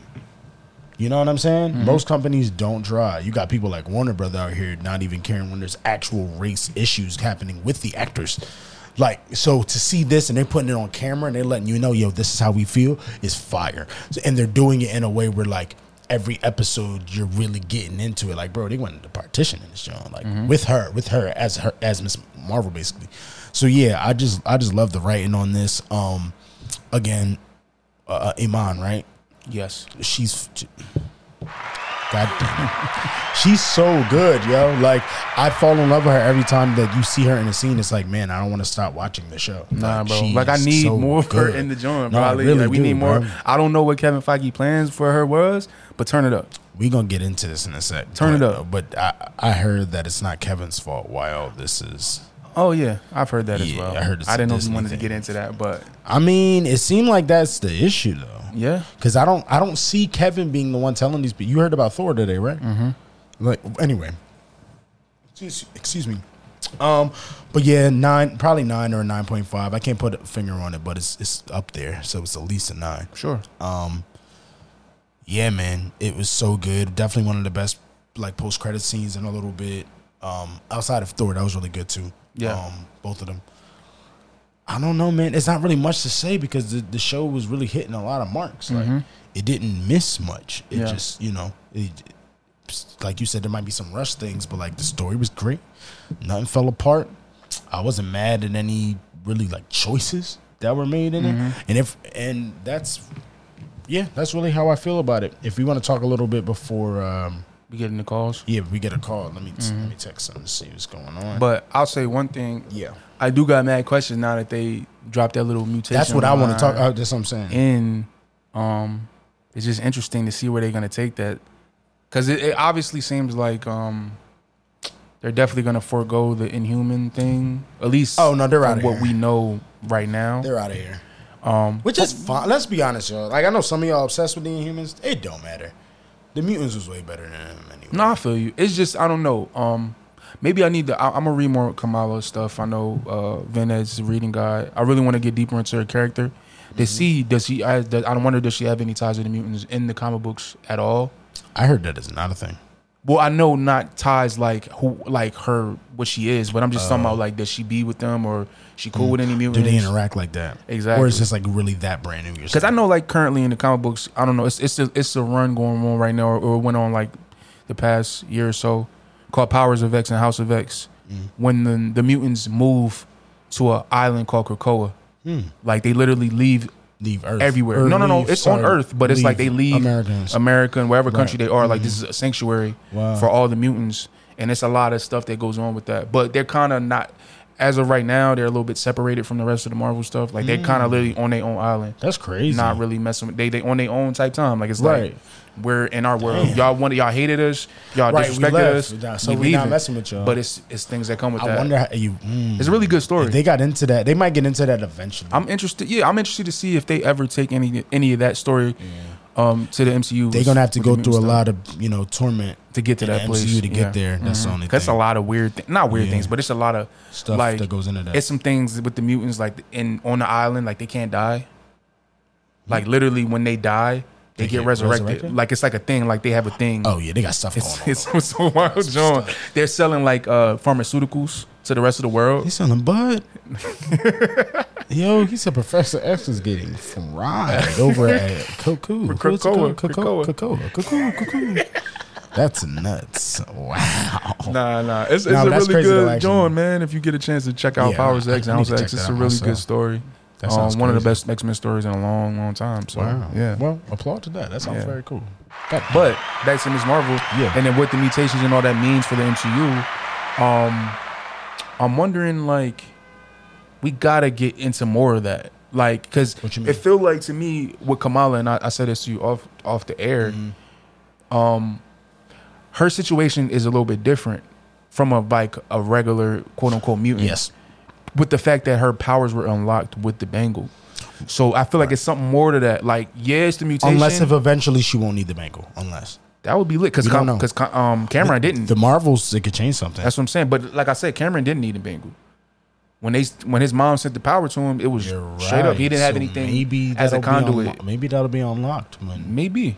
Speaker 4: You know what I'm saying? Most companies don't try. You got people like Warner Brother out here not even caring when there's actual race issues happening with the actors. Like, so to see this and they're putting it on camera and they're letting you know, yo, this is how we feel is fire. So- And they're doing it in a way where like every episode you're really getting into it. Like, bro, they went into partition in this show. Like with her, with her as her as Miss Marvel basically. So yeah, I just I just love the writing on this. Um again, uh, Iman, right?
Speaker 3: yes.
Speaker 4: she's God damn it. She's so good, yo. Like I fall in love with her every time that you see her in a scene. It's like, man, I don't want to stop watching the show.
Speaker 3: Nah, bro.
Speaker 4: she
Speaker 3: Like I
Speaker 4: is
Speaker 3: need
Speaker 4: so
Speaker 3: more of her
Speaker 4: good.
Speaker 3: in the joint,
Speaker 4: No, I
Speaker 3: probably.
Speaker 4: really
Speaker 3: like, we
Speaker 4: do,
Speaker 3: need more.
Speaker 4: bro.
Speaker 3: I don't know what Kevin Feige plans for her was, but turn it up.
Speaker 4: We gonna get into this in a sec.
Speaker 3: Turn
Speaker 4: but,
Speaker 3: it up.
Speaker 4: But I, I heard that it's not Kevin's fault. Why all this is.
Speaker 3: Oh yeah, I've heard that as
Speaker 4: Yeah,
Speaker 3: well.
Speaker 4: I heard it's
Speaker 3: I
Speaker 4: a
Speaker 3: didn't know if
Speaker 4: Disney
Speaker 3: you wanted to
Speaker 4: thing.
Speaker 3: get into that, but
Speaker 4: I mean, it seemed like that's the issue though.
Speaker 3: yeah,
Speaker 4: Because I don't, I don't see Kevin being the one telling these. But you heard about Thor today, right? Mm-hmm. Like anyway, excuse, excuse me. Um, but yeah, nine, probably nine or nine point five. I can't put a finger on it, but it's it's up there, so it's at least a nine.
Speaker 3: sure.
Speaker 4: Yeah, man, it was so good. Definitely one of the best like post credit scenes in a little bit. Um, outside of Thor, that was really good too.
Speaker 3: Yeah.
Speaker 4: um, both of them. I don't know, man. It's not really much to say because the, the show was really hitting a lot of marks. Like it didn't miss much. It
Speaker 3: Mm-hmm. Yeah.
Speaker 4: just, you know, it, like you said, there might be some rush things, but like the story was great. Nothing fell apart. I wasn't mad at any really like choices that were made in
Speaker 3: Mm-hmm.
Speaker 4: it. And if and that's yeah, that's really how I feel about it. If we want to talk a little bit before, um,
Speaker 3: We getting the calls,
Speaker 4: yeah, we get a call. Let me let me text them to see what's going on.
Speaker 3: Mm-hmm. but I'll say one thing.
Speaker 4: yeah,
Speaker 3: I do got mad questions now that they dropped that little mutation.
Speaker 4: that's what I want to talk.
Speaker 3: line
Speaker 4: Uh, that's what I'm saying.
Speaker 3: In, um, it's just interesting to see where they're gonna take that, because it, it obviously seems like um, they're definitely gonna forego the Inhuman thing. At least,
Speaker 4: Oh, no, they're
Speaker 3: from
Speaker 4: outta
Speaker 3: what
Speaker 4: here.
Speaker 3: we know right now.
Speaker 4: They're out of here.
Speaker 3: Um,
Speaker 4: Which is fine. Let's be honest, y'all. Like I know some of y'all obsessed with the Inhumans. It don't matter. The mutants was way better than them anyway.
Speaker 3: No, I feel you. It's just I don't know. Um, maybe I need to. I, I'm gonna read more Kamala stuff. I know uh, Vin is a reading guy. I really want to get deeper into her character to
Speaker 4: Mm-hmm.
Speaker 3: see does she. I, I don't wonder does she have any ties to the mutants in the comic books at all.
Speaker 4: I heard that is not a thing.
Speaker 3: Well, I know not ties like who, like her, what she is, but I'm just talking about like does she be with them or she cool with any
Speaker 4: Oh. Mm. Do
Speaker 3: mutants?
Speaker 4: they interact like that? Or
Speaker 3: Exactly.
Speaker 4: is this like really that brand new?
Speaker 3: Because I know, like currently in the comic books, I don't know. It's it's a, it's a run going on right now, or, or went on like the past year or so, called Powers of X and House of X.
Speaker 4: Mm.
Speaker 3: When
Speaker 4: Hmm.
Speaker 3: the the mutants move to an island called Krakoa, like they literally leave
Speaker 4: leave Earth
Speaker 3: everywhere.
Speaker 4: Or
Speaker 3: no, no, no.
Speaker 4: leave-
Speaker 3: It's on
Speaker 4: sorry,
Speaker 3: Earth, but it's like they leave
Speaker 4: Americans. Mm-hmm.
Speaker 3: America and wherever country they are. Like this is a sanctuary
Speaker 4: Wow.
Speaker 3: for all the mutants, and it's a lot of stuff that goes on with that. But they're kind of not, as of right now, they're a little bit separated from the rest of the Marvel stuff. Like they're kind of literally on their own island,
Speaker 4: Mm. That's crazy.
Speaker 3: not really messing. with They they on their own type time. Like it's
Speaker 4: Right.
Speaker 3: like. We're in our world. Y'all wanted, y'all hated us. Y'all
Speaker 4: Right, we
Speaker 3: disrespected
Speaker 4: left. Nah,
Speaker 3: us.
Speaker 4: so we not
Speaker 3: leaving.
Speaker 4: messing with y'all.
Speaker 3: But it's it's things that come with
Speaker 4: I
Speaker 3: that.
Speaker 4: wonder how you. mm.
Speaker 3: it's a really good story.
Speaker 4: they got into that. They might get into that eventually.
Speaker 3: I'm interested. Yeah, I'm interested to see if they ever take any any of that story um, to the MCU.
Speaker 4: They're gonna have to go through a lot of you know torment
Speaker 3: to get to
Speaker 4: in the
Speaker 3: that place.
Speaker 4: MCU to get
Speaker 3: Yeah. Mm-hmm.
Speaker 4: there. That's the only.
Speaker 3: That's a
Speaker 4: thing.
Speaker 3: lot of weird, th- not weird
Speaker 4: Yeah.
Speaker 3: things, but it's a lot of
Speaker 4: Stuff
Speaker 3: like,
Speaker 4: that goes into that.
Speaker 3: It's some things with the mutants, like in on the island, like they can't die. Like literally, when they die, they,
Speaker 4: They
Speaker 3: get
Speaker 4: get
Speaker 3: resurrected.
Speaker 4: resurrected?
Speaker 3: Like it's like a thing. Like they have a thing.
Speaker 4: Oh yeah, they got stuff going on.
Speaker 3: It's, it's so wild, John. They're selling like uh, pharmaceuticals to the rest of the world.
Speaker 4: He's selling bud. Yo, he said Professor X is getting fried over at Cocoa.
Speaker 3: Krakoa,
Speaker 4: Cocoa.
Speaker 3: Krakoa.
Speaker 4: Cocoa. Cocoa. Cocoa. That's nuts. Wow.
Speaker 3: Nah, nah, it's, it's
Speaker 4: Nah,
Speaker 3: a
Speaker 4: but that's
Speaker 3: really
Speaker 4: crazy though,
Speaker 3: good
Speaker 4: actually.
Speaker 3: joint, man. If you get a chance to check out
Speaker 4: Yeah,
Speaker 3: Powers
Speaker 4: I- I
Speaker 3: X
Speaker 4: need
Speaker 3: and House
Speaker 4: to check
Speaker 3: X,
Speaker 4: that
Speaker 3: it's
Speaker 4: out
Speaker 3: a really good
Speaker 4: myself.
Speaker 3: story.
Speaker 4: That
Speaker 3: Um,
Speaker 4: sounds
Speaker 3: one of the
Speaker 4: crazy.
Speaker 3: best X Men stories in a long, long time. So
Speaker 4: Wow.
Speaker 3: yeah,
Speaker 4: Well, applaud to that. That sounds
Speaker 3: Yeah.
Speaker 4: very cool. God,
Speaker 3: but back to Ms. Marvel,
Speaker 4: Yeah.
Speaker 3: and then what the mutations and all that means for the MCU. Um, I'm wondering like, we gotta get into more of that, like, because
Speaker 4: What you mean?
Speaker 3: it feel like to me with Kamala, and I, I said this to you off off the air.
Speaker 4: Mm-hmm.
Speaker 3: Um, her situation is a little bit different from a like a regular quote unquote mutant
Speaker 4: yes.
Speaker 3: with the fact that her powers were unlocked with the bangle. So I feel like it's something more to that. Like, yeah, it's the mutation.
Speaker 4: Unless if eventually she won't need the bangle. Unless
Speaker 3: that would be lit because
Speaker 4: We don't know.
Speaker 3: because um Cameron didn't.
Speaker 4: the Marvels, it could change something.
Speaker 3: That's what I'm saying. But like I said, Cameron didn't need a bangle. When they when his mom sent the power to him, it was
Speaker 4: You're
Speaker 3: straight up. He
Speaker 4: right.
Speaker 3: didn't have
Speaker 4: So
Speaker 3: anything
Speaker 4: Maybe
Speaker 3: as a
Speaker 4: that'll be
Speaker 3: conduit.
Speaker 4: unlo- maybe that'll be unlocked when
Speaker 3: Maybe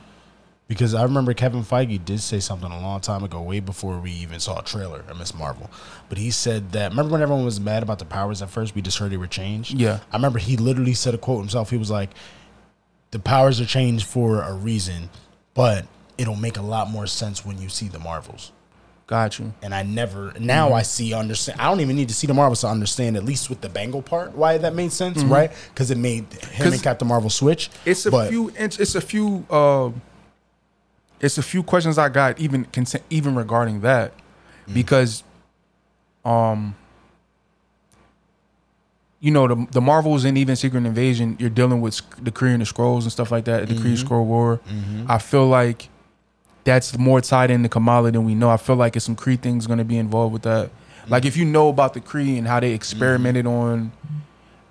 Speaker 4: Because I remember Kevin Feige did say something a long time ago, way before we even saw a trailer of Miss Marvel. But he said that remember when everyone was mad about the powers at first, we just heard they were changed.
Speaker 3: Yeah.
Speaker 4: I remember he literally said a quote himself. He was like, "The powers are changed for a reason, but it'll make a lot more sense when you see the Marvels."
Speaker 3: got you.
Speaker 4: And I never
Speaker 3: Mm-hmm.
Speaker 4: now I see understand. I don't even need to see the Marvels to understand at least with the bangle part why that made sense, right? Because it made him
Speaker 3: Mm-hmm. 'Cause
Speaker 4: and Captain Marvel switch.
Speaker 3: It's a
Speaker 4: but-
Speaker 3: few. Inch, it's a few. Uh, it's a few questions I got even content, even regarding that, because, um, you know the the Marvels and even Secret Invasion, you're dealing with sc- the Kree and the Scrolls and stuff like that, the Kree Scroll War. I feel like that's more tied into Kamala than we know. I feel like it's some Kree things going to be involved with that. Like if you know about the Kree and how they experimented on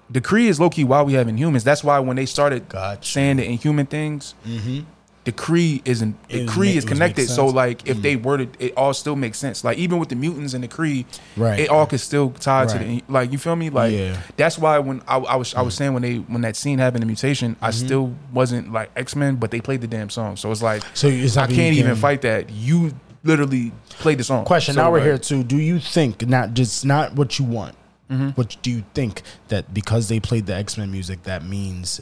Speaker 3: the Kree is low key why we have Inhumans. That's why when they started
Speaker 4: Gotcha.
Speaker 3: saying the Inhuman things, the Kree isn't the
Speaker 4: Mm-hmm. It was
Speaker 3: Kree
Speaker 4: ma-
Speaker 3: is
Speaker 4: it was make
Speaker 3: connected. So
Speaker 4: sense. Mm.
Speaker 3: like if they worded it all still makes sense. Like even with the mutants and the Kree,
Speaker 4: Right.
Speaker 3: it all could still tie to the
Speaker 4: Right.
Speaker 3: like you feel me? Like
Speaker 4: Yeah. Mm.
Speaker 3: that's why when I, I was I was saying when they when that scene happened the mutation, I
Speaker 4: Mm-hmm.
Speaker 3: still wasn't like X Men, but they played the damn song. So it's like
Speaker 4: So it's
Speaker 3: I
Speaker 4: like you
Speaker 3: can't even
Speaker 4: can-
Speaker 3: fight that. You literally played the song.
Speaker 4: question.
Speaker 3: So,
Speaker 4: now we're
Speaker 3: like,
Speaker 4: here too. Do you think not just not what you want? What do you think that because they played the X Men music, that means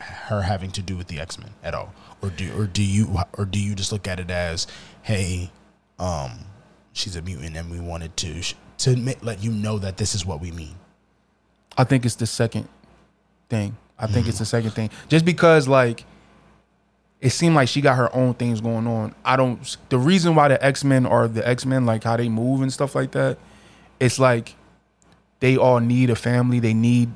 Speaker 4: her having to do with the X Men at all, or do or do you or do you just look at it as, hey, um, she's a mutant and we wanted to sh- to admit, let you know that this is what we mean.
Speaker 3: I think it's the second thing. I think it's the
Speaker 4: Mm.
Speaker 3: second thing. Just because like it seemed like she got her own things going on. I don't the reason why the X-Men are the X-Men like how they move and stuff like that. It's like they all need a family, they need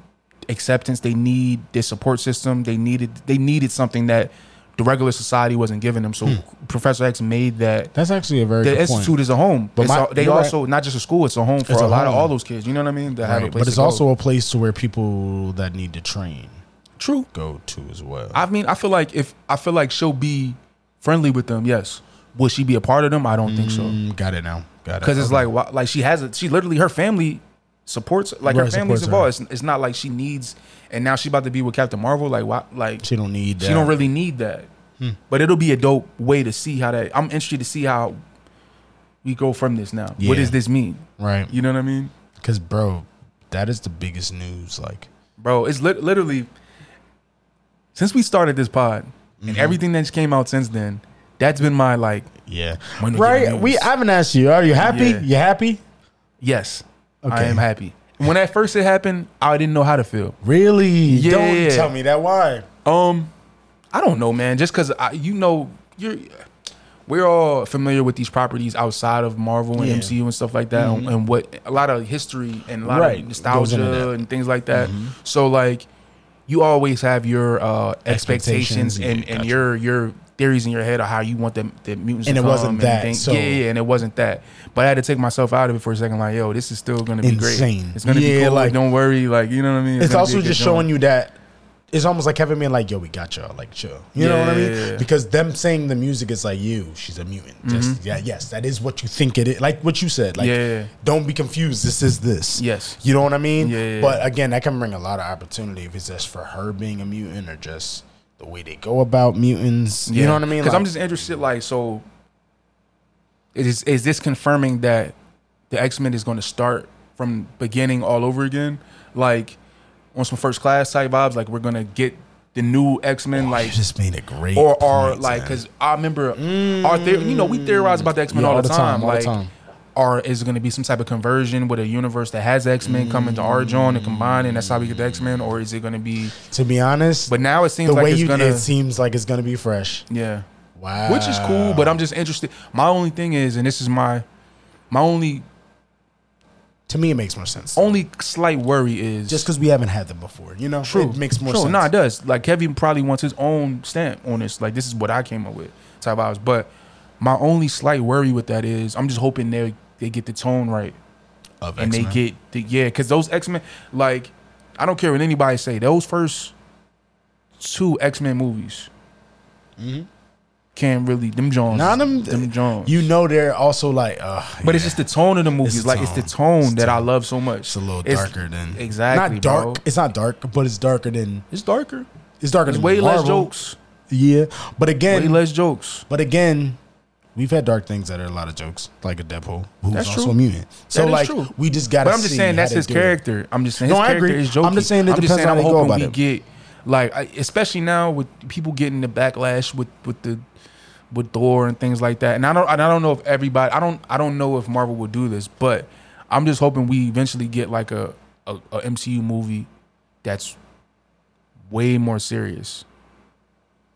Speaker 3: acceptance, they need this support system, they needed they needed something that the regular society wasn't giving them. So Professor X made that
Speaker 4: That's actually a Hmm. very
Speaker 3: the institute is a home, but
Speaker 4: my-
Speaker 3: they
Speaker 4: you're right.
Speaker 3: also not just a school; it's a home for
Speaker 4: It's
Speaker 3: a,
Speaker 4: a
Speaker 3: lot of
Speaker 4: home.
Speaker 3: all those kids. You know what I mean? That have a
Speaker 4: Right,
Speaker 3: place
Speaker 4: but it's
Speaker 3: to go.
Speaker 4: also a place to where people that need to train
Speaker 3: true.
Speaker 4: go to as well.
Speaker 3: I mean, I feel like if I feel like she'll be friendly with them, yes. Will she be a part of them? I don't think so.
Speaker 4: Mm, got it now. Got it.
Speaker 3: Because it's
Speaker 4: Okay.
Speaker 3: like, why- like she has a, she literally her family supports, like her
Speaker 4: Right,
Speaker 3: family's
Speaker 4: supports her.
Speaker 3: involved. It's, it's not like she needs, and now she about to be with Captain Marvel. Like, why? Like
Speaker 4: she don't need. That. Hmm.
Speaker 3: she don't really need that. But it'll be a dope way to see how that. I'm interested to see how we go from this now.
Speaker 4: Yeah.
Speaker 3: What does this mean?
Speaker 4: right.
Speaker 3: You know what I mean?
Speaker 4: Cause bro, that is the biggest news. Like,
Speaker 3: bro. It's lit literally since we started this pod and everything that's came out since then. That's been my like
Speaker 4: yeah,
Speaker 3: When we get
Speaker 4: right.
Speaker 3: the
Speaker 4: We
Speaker 3: news.
Speaker 4: I haven't asked you. Are you happy?
Speaker 3: Yeah.
Speaker 4: You happy?
Speaker 3: yes, I
Speaker 4: Okay.
Speaker 3: am happy. when at first it happened, I didn't know how to feel.
Speaker 4: Really? Don't
Speaker 3: Yeah.
Speaker 4: tell me that. Why?
Speaker 3: Um, I don't know, man. Just because you know you're, we're all familiar with these properties outside of Marvel and
Speaker 4: Yeah. Mm-hmm.
Speaker 3: MCU and stuff like that, and, and what a lot of history and a lot
Speaker 4: Right.
Speaker 3: of
Speaker 4: Goes into that. Mm-hmm.
Speaker 3: nostalgia and things like that. So like, you always have your uh,
Speaker 4: Expectations,
Speaker 3: expectations,
Speaker 4: yeah,
Speaker 3: and,
Speaker 4: gotcha.
Speaker 3: and your your theories in your head of how you want the the mutants.
Speaker 4: And
Speaker 3: to
Speaker 4: it wasn't
Speaker 3: come
Speaker 4: that,
Speaker 3: things-
Speaker 4: so-
Speaker 3: yeah, yeah, and it wasn't that. But I had to take myself out of it for a second. Like, yo, this is still gonna be
Speaker 4: Insane.
Speaker 3: great. It's gonna
Speaker 4: Yeah,
Speaker 3: be cool.
Speaker 4: like-
Speaker 3: Like, don't worry. Like, you know what I mean.
Speaker 4: It's
Speaker 3: gonna be
Speaker 4: also
Speaker 3: a good
Speaker 4: just
Speaker 3: joint.
Speaker 4: showing you that it's almost like Kevin being like, "Yo, we got y'all, like chill." You know what I mean?
Speaker 3: Yeah, yeah, yeah.
Speaker 4: Because them saying the music is like, "You, she's a mutant." Just, yeah, yes, that is what you think it is. Like what you said. Like,
Speaker 3: Yeah, Mm-hmm. yeah, yeah.
Speaker 4: don't be confused. This is this.
Speaker 3: Yes.
Speaker 4: You know what I mean?
Speaker 3: Yeah, yeah, yeah.
Speaker 4: But again, that can bring a lot of opportunity if it's just for her being a mutant or just the way they go about mutants. You know what I mean?
Speaker 3: Because I'm
Speaker 4: Like,
Speaker 3: just interested. Like, so is is this confirming that the X Men is going to start from beginning all over again? Like on some first class type vibes. Like we're gonna get the new X Men.
Speaker 4: you
Speaker 3: like.
Speaker 4: just made a great
Speaker 3: Or are
Speaker 4: point,
Speaker 3: like
Speaker 4: Oh, man.
Speaker 3: because I remember our theory, you know we theorize about the X Men
Speaker 4: Yeah,
Speaker 3: all, the time,
Speaker 4: all the
Speaker 3: like
Speaker 4: time.
Speaker 3: or is it going to be some type of conversion with a universe that has X Men coming to our John and combine and that's how we get the X Men or is it going to be
Speaker 4: to be honest,
Speaker 3: but now it seems
Speaker 4: the
Speaker 3: like
Speaker 4: way
Speaker 3: it's
Speaker 4: you
Speaker 3: gonna
Speaker 4: it seems like it's gonna be fresh.
Speaker 3: yeah
Speaker 4: Wow.
Speaker 3: which is cool. But I'm just interested. My only thing is, and this is my my only
Speaker 4: to me, it makes more sense.
Speaker 3: only slight worry is
Speaker 4: just because we haven't had them before, you know,
Speaker 3: True.
Speaker 4: it makes more
Speaker 3: True.
Speaker 4: sense.
Speaker 3: No, it does. Like Kevin probably wants his own stamp on this. Like this is what I came up with type hours. But my only slight worry with that is I'm just hoping they they get the tone right
Speaker 4: Of
Speaker 3: and they
Speaker 4: X-Men.
Speaker 3: get the yeah because those X Men like I don't care what anybody say those first two X Men movies. Can't really them Jones,
Speaker 4: Nah, them-
Speaker 3: them Jones.
Speaker 4: you know, they're also like, uh,
Speaker 3: But it's just the tone of the movies.
Speaker 4: the
Speaker 3: like it's the tone
Speaker 4: tone. It's
Speaker 3: that
Speaker 4: tone.
Speaker 3: I love so much. It's
Speaker 4: a little darker than-
Speaker 3: exactly
Speaker 4: not dark.
Speaker 3: Bro.
Speaker 4: It's not dark, but it's darker than
Speaker 3: It's darker.
Speaker 4: it's darker
Speaker 3: There's
Speaker 4: than
Speaker 3: way less
Speaker 4: Marvel.
Speaker 3: jokes.
Speaker 4: Yeah, but
Speaker 3: Way
Speaker 4: again,
Speaker 3: less jokes.
Speaker 4: but again, we've had dark things that are a lot of jokes, like a Deadpool who's
Speaker 3: That's
Speaker 4: also
Speaker 3: true.
Speaker 4: a mutant. So
Speaker 3: is
Speaker 4: like,
Speaker 3: true.
Speaker 4: we just got.
Speaker 3: But I'm just saying that's his character. I'm just saying his
Speaker 4: No, I
Speaker 3: character
Speaker 4: agree.
Speaker 3: is joking.
Speaker 4: I'm just saying it depends on how they go
Speaker 3: hoping
Speaker 4: about
Speaker 3: we
Speaker 4: it.
Speaker 3: get like I, especially now with people getting the backlash with with the with Thor and things like that. And I don't and I don't know if everybody I don't I don't know if Marvel will do this, but I'm just hoping we eventually get like a a, a MCU movie that's way more serious.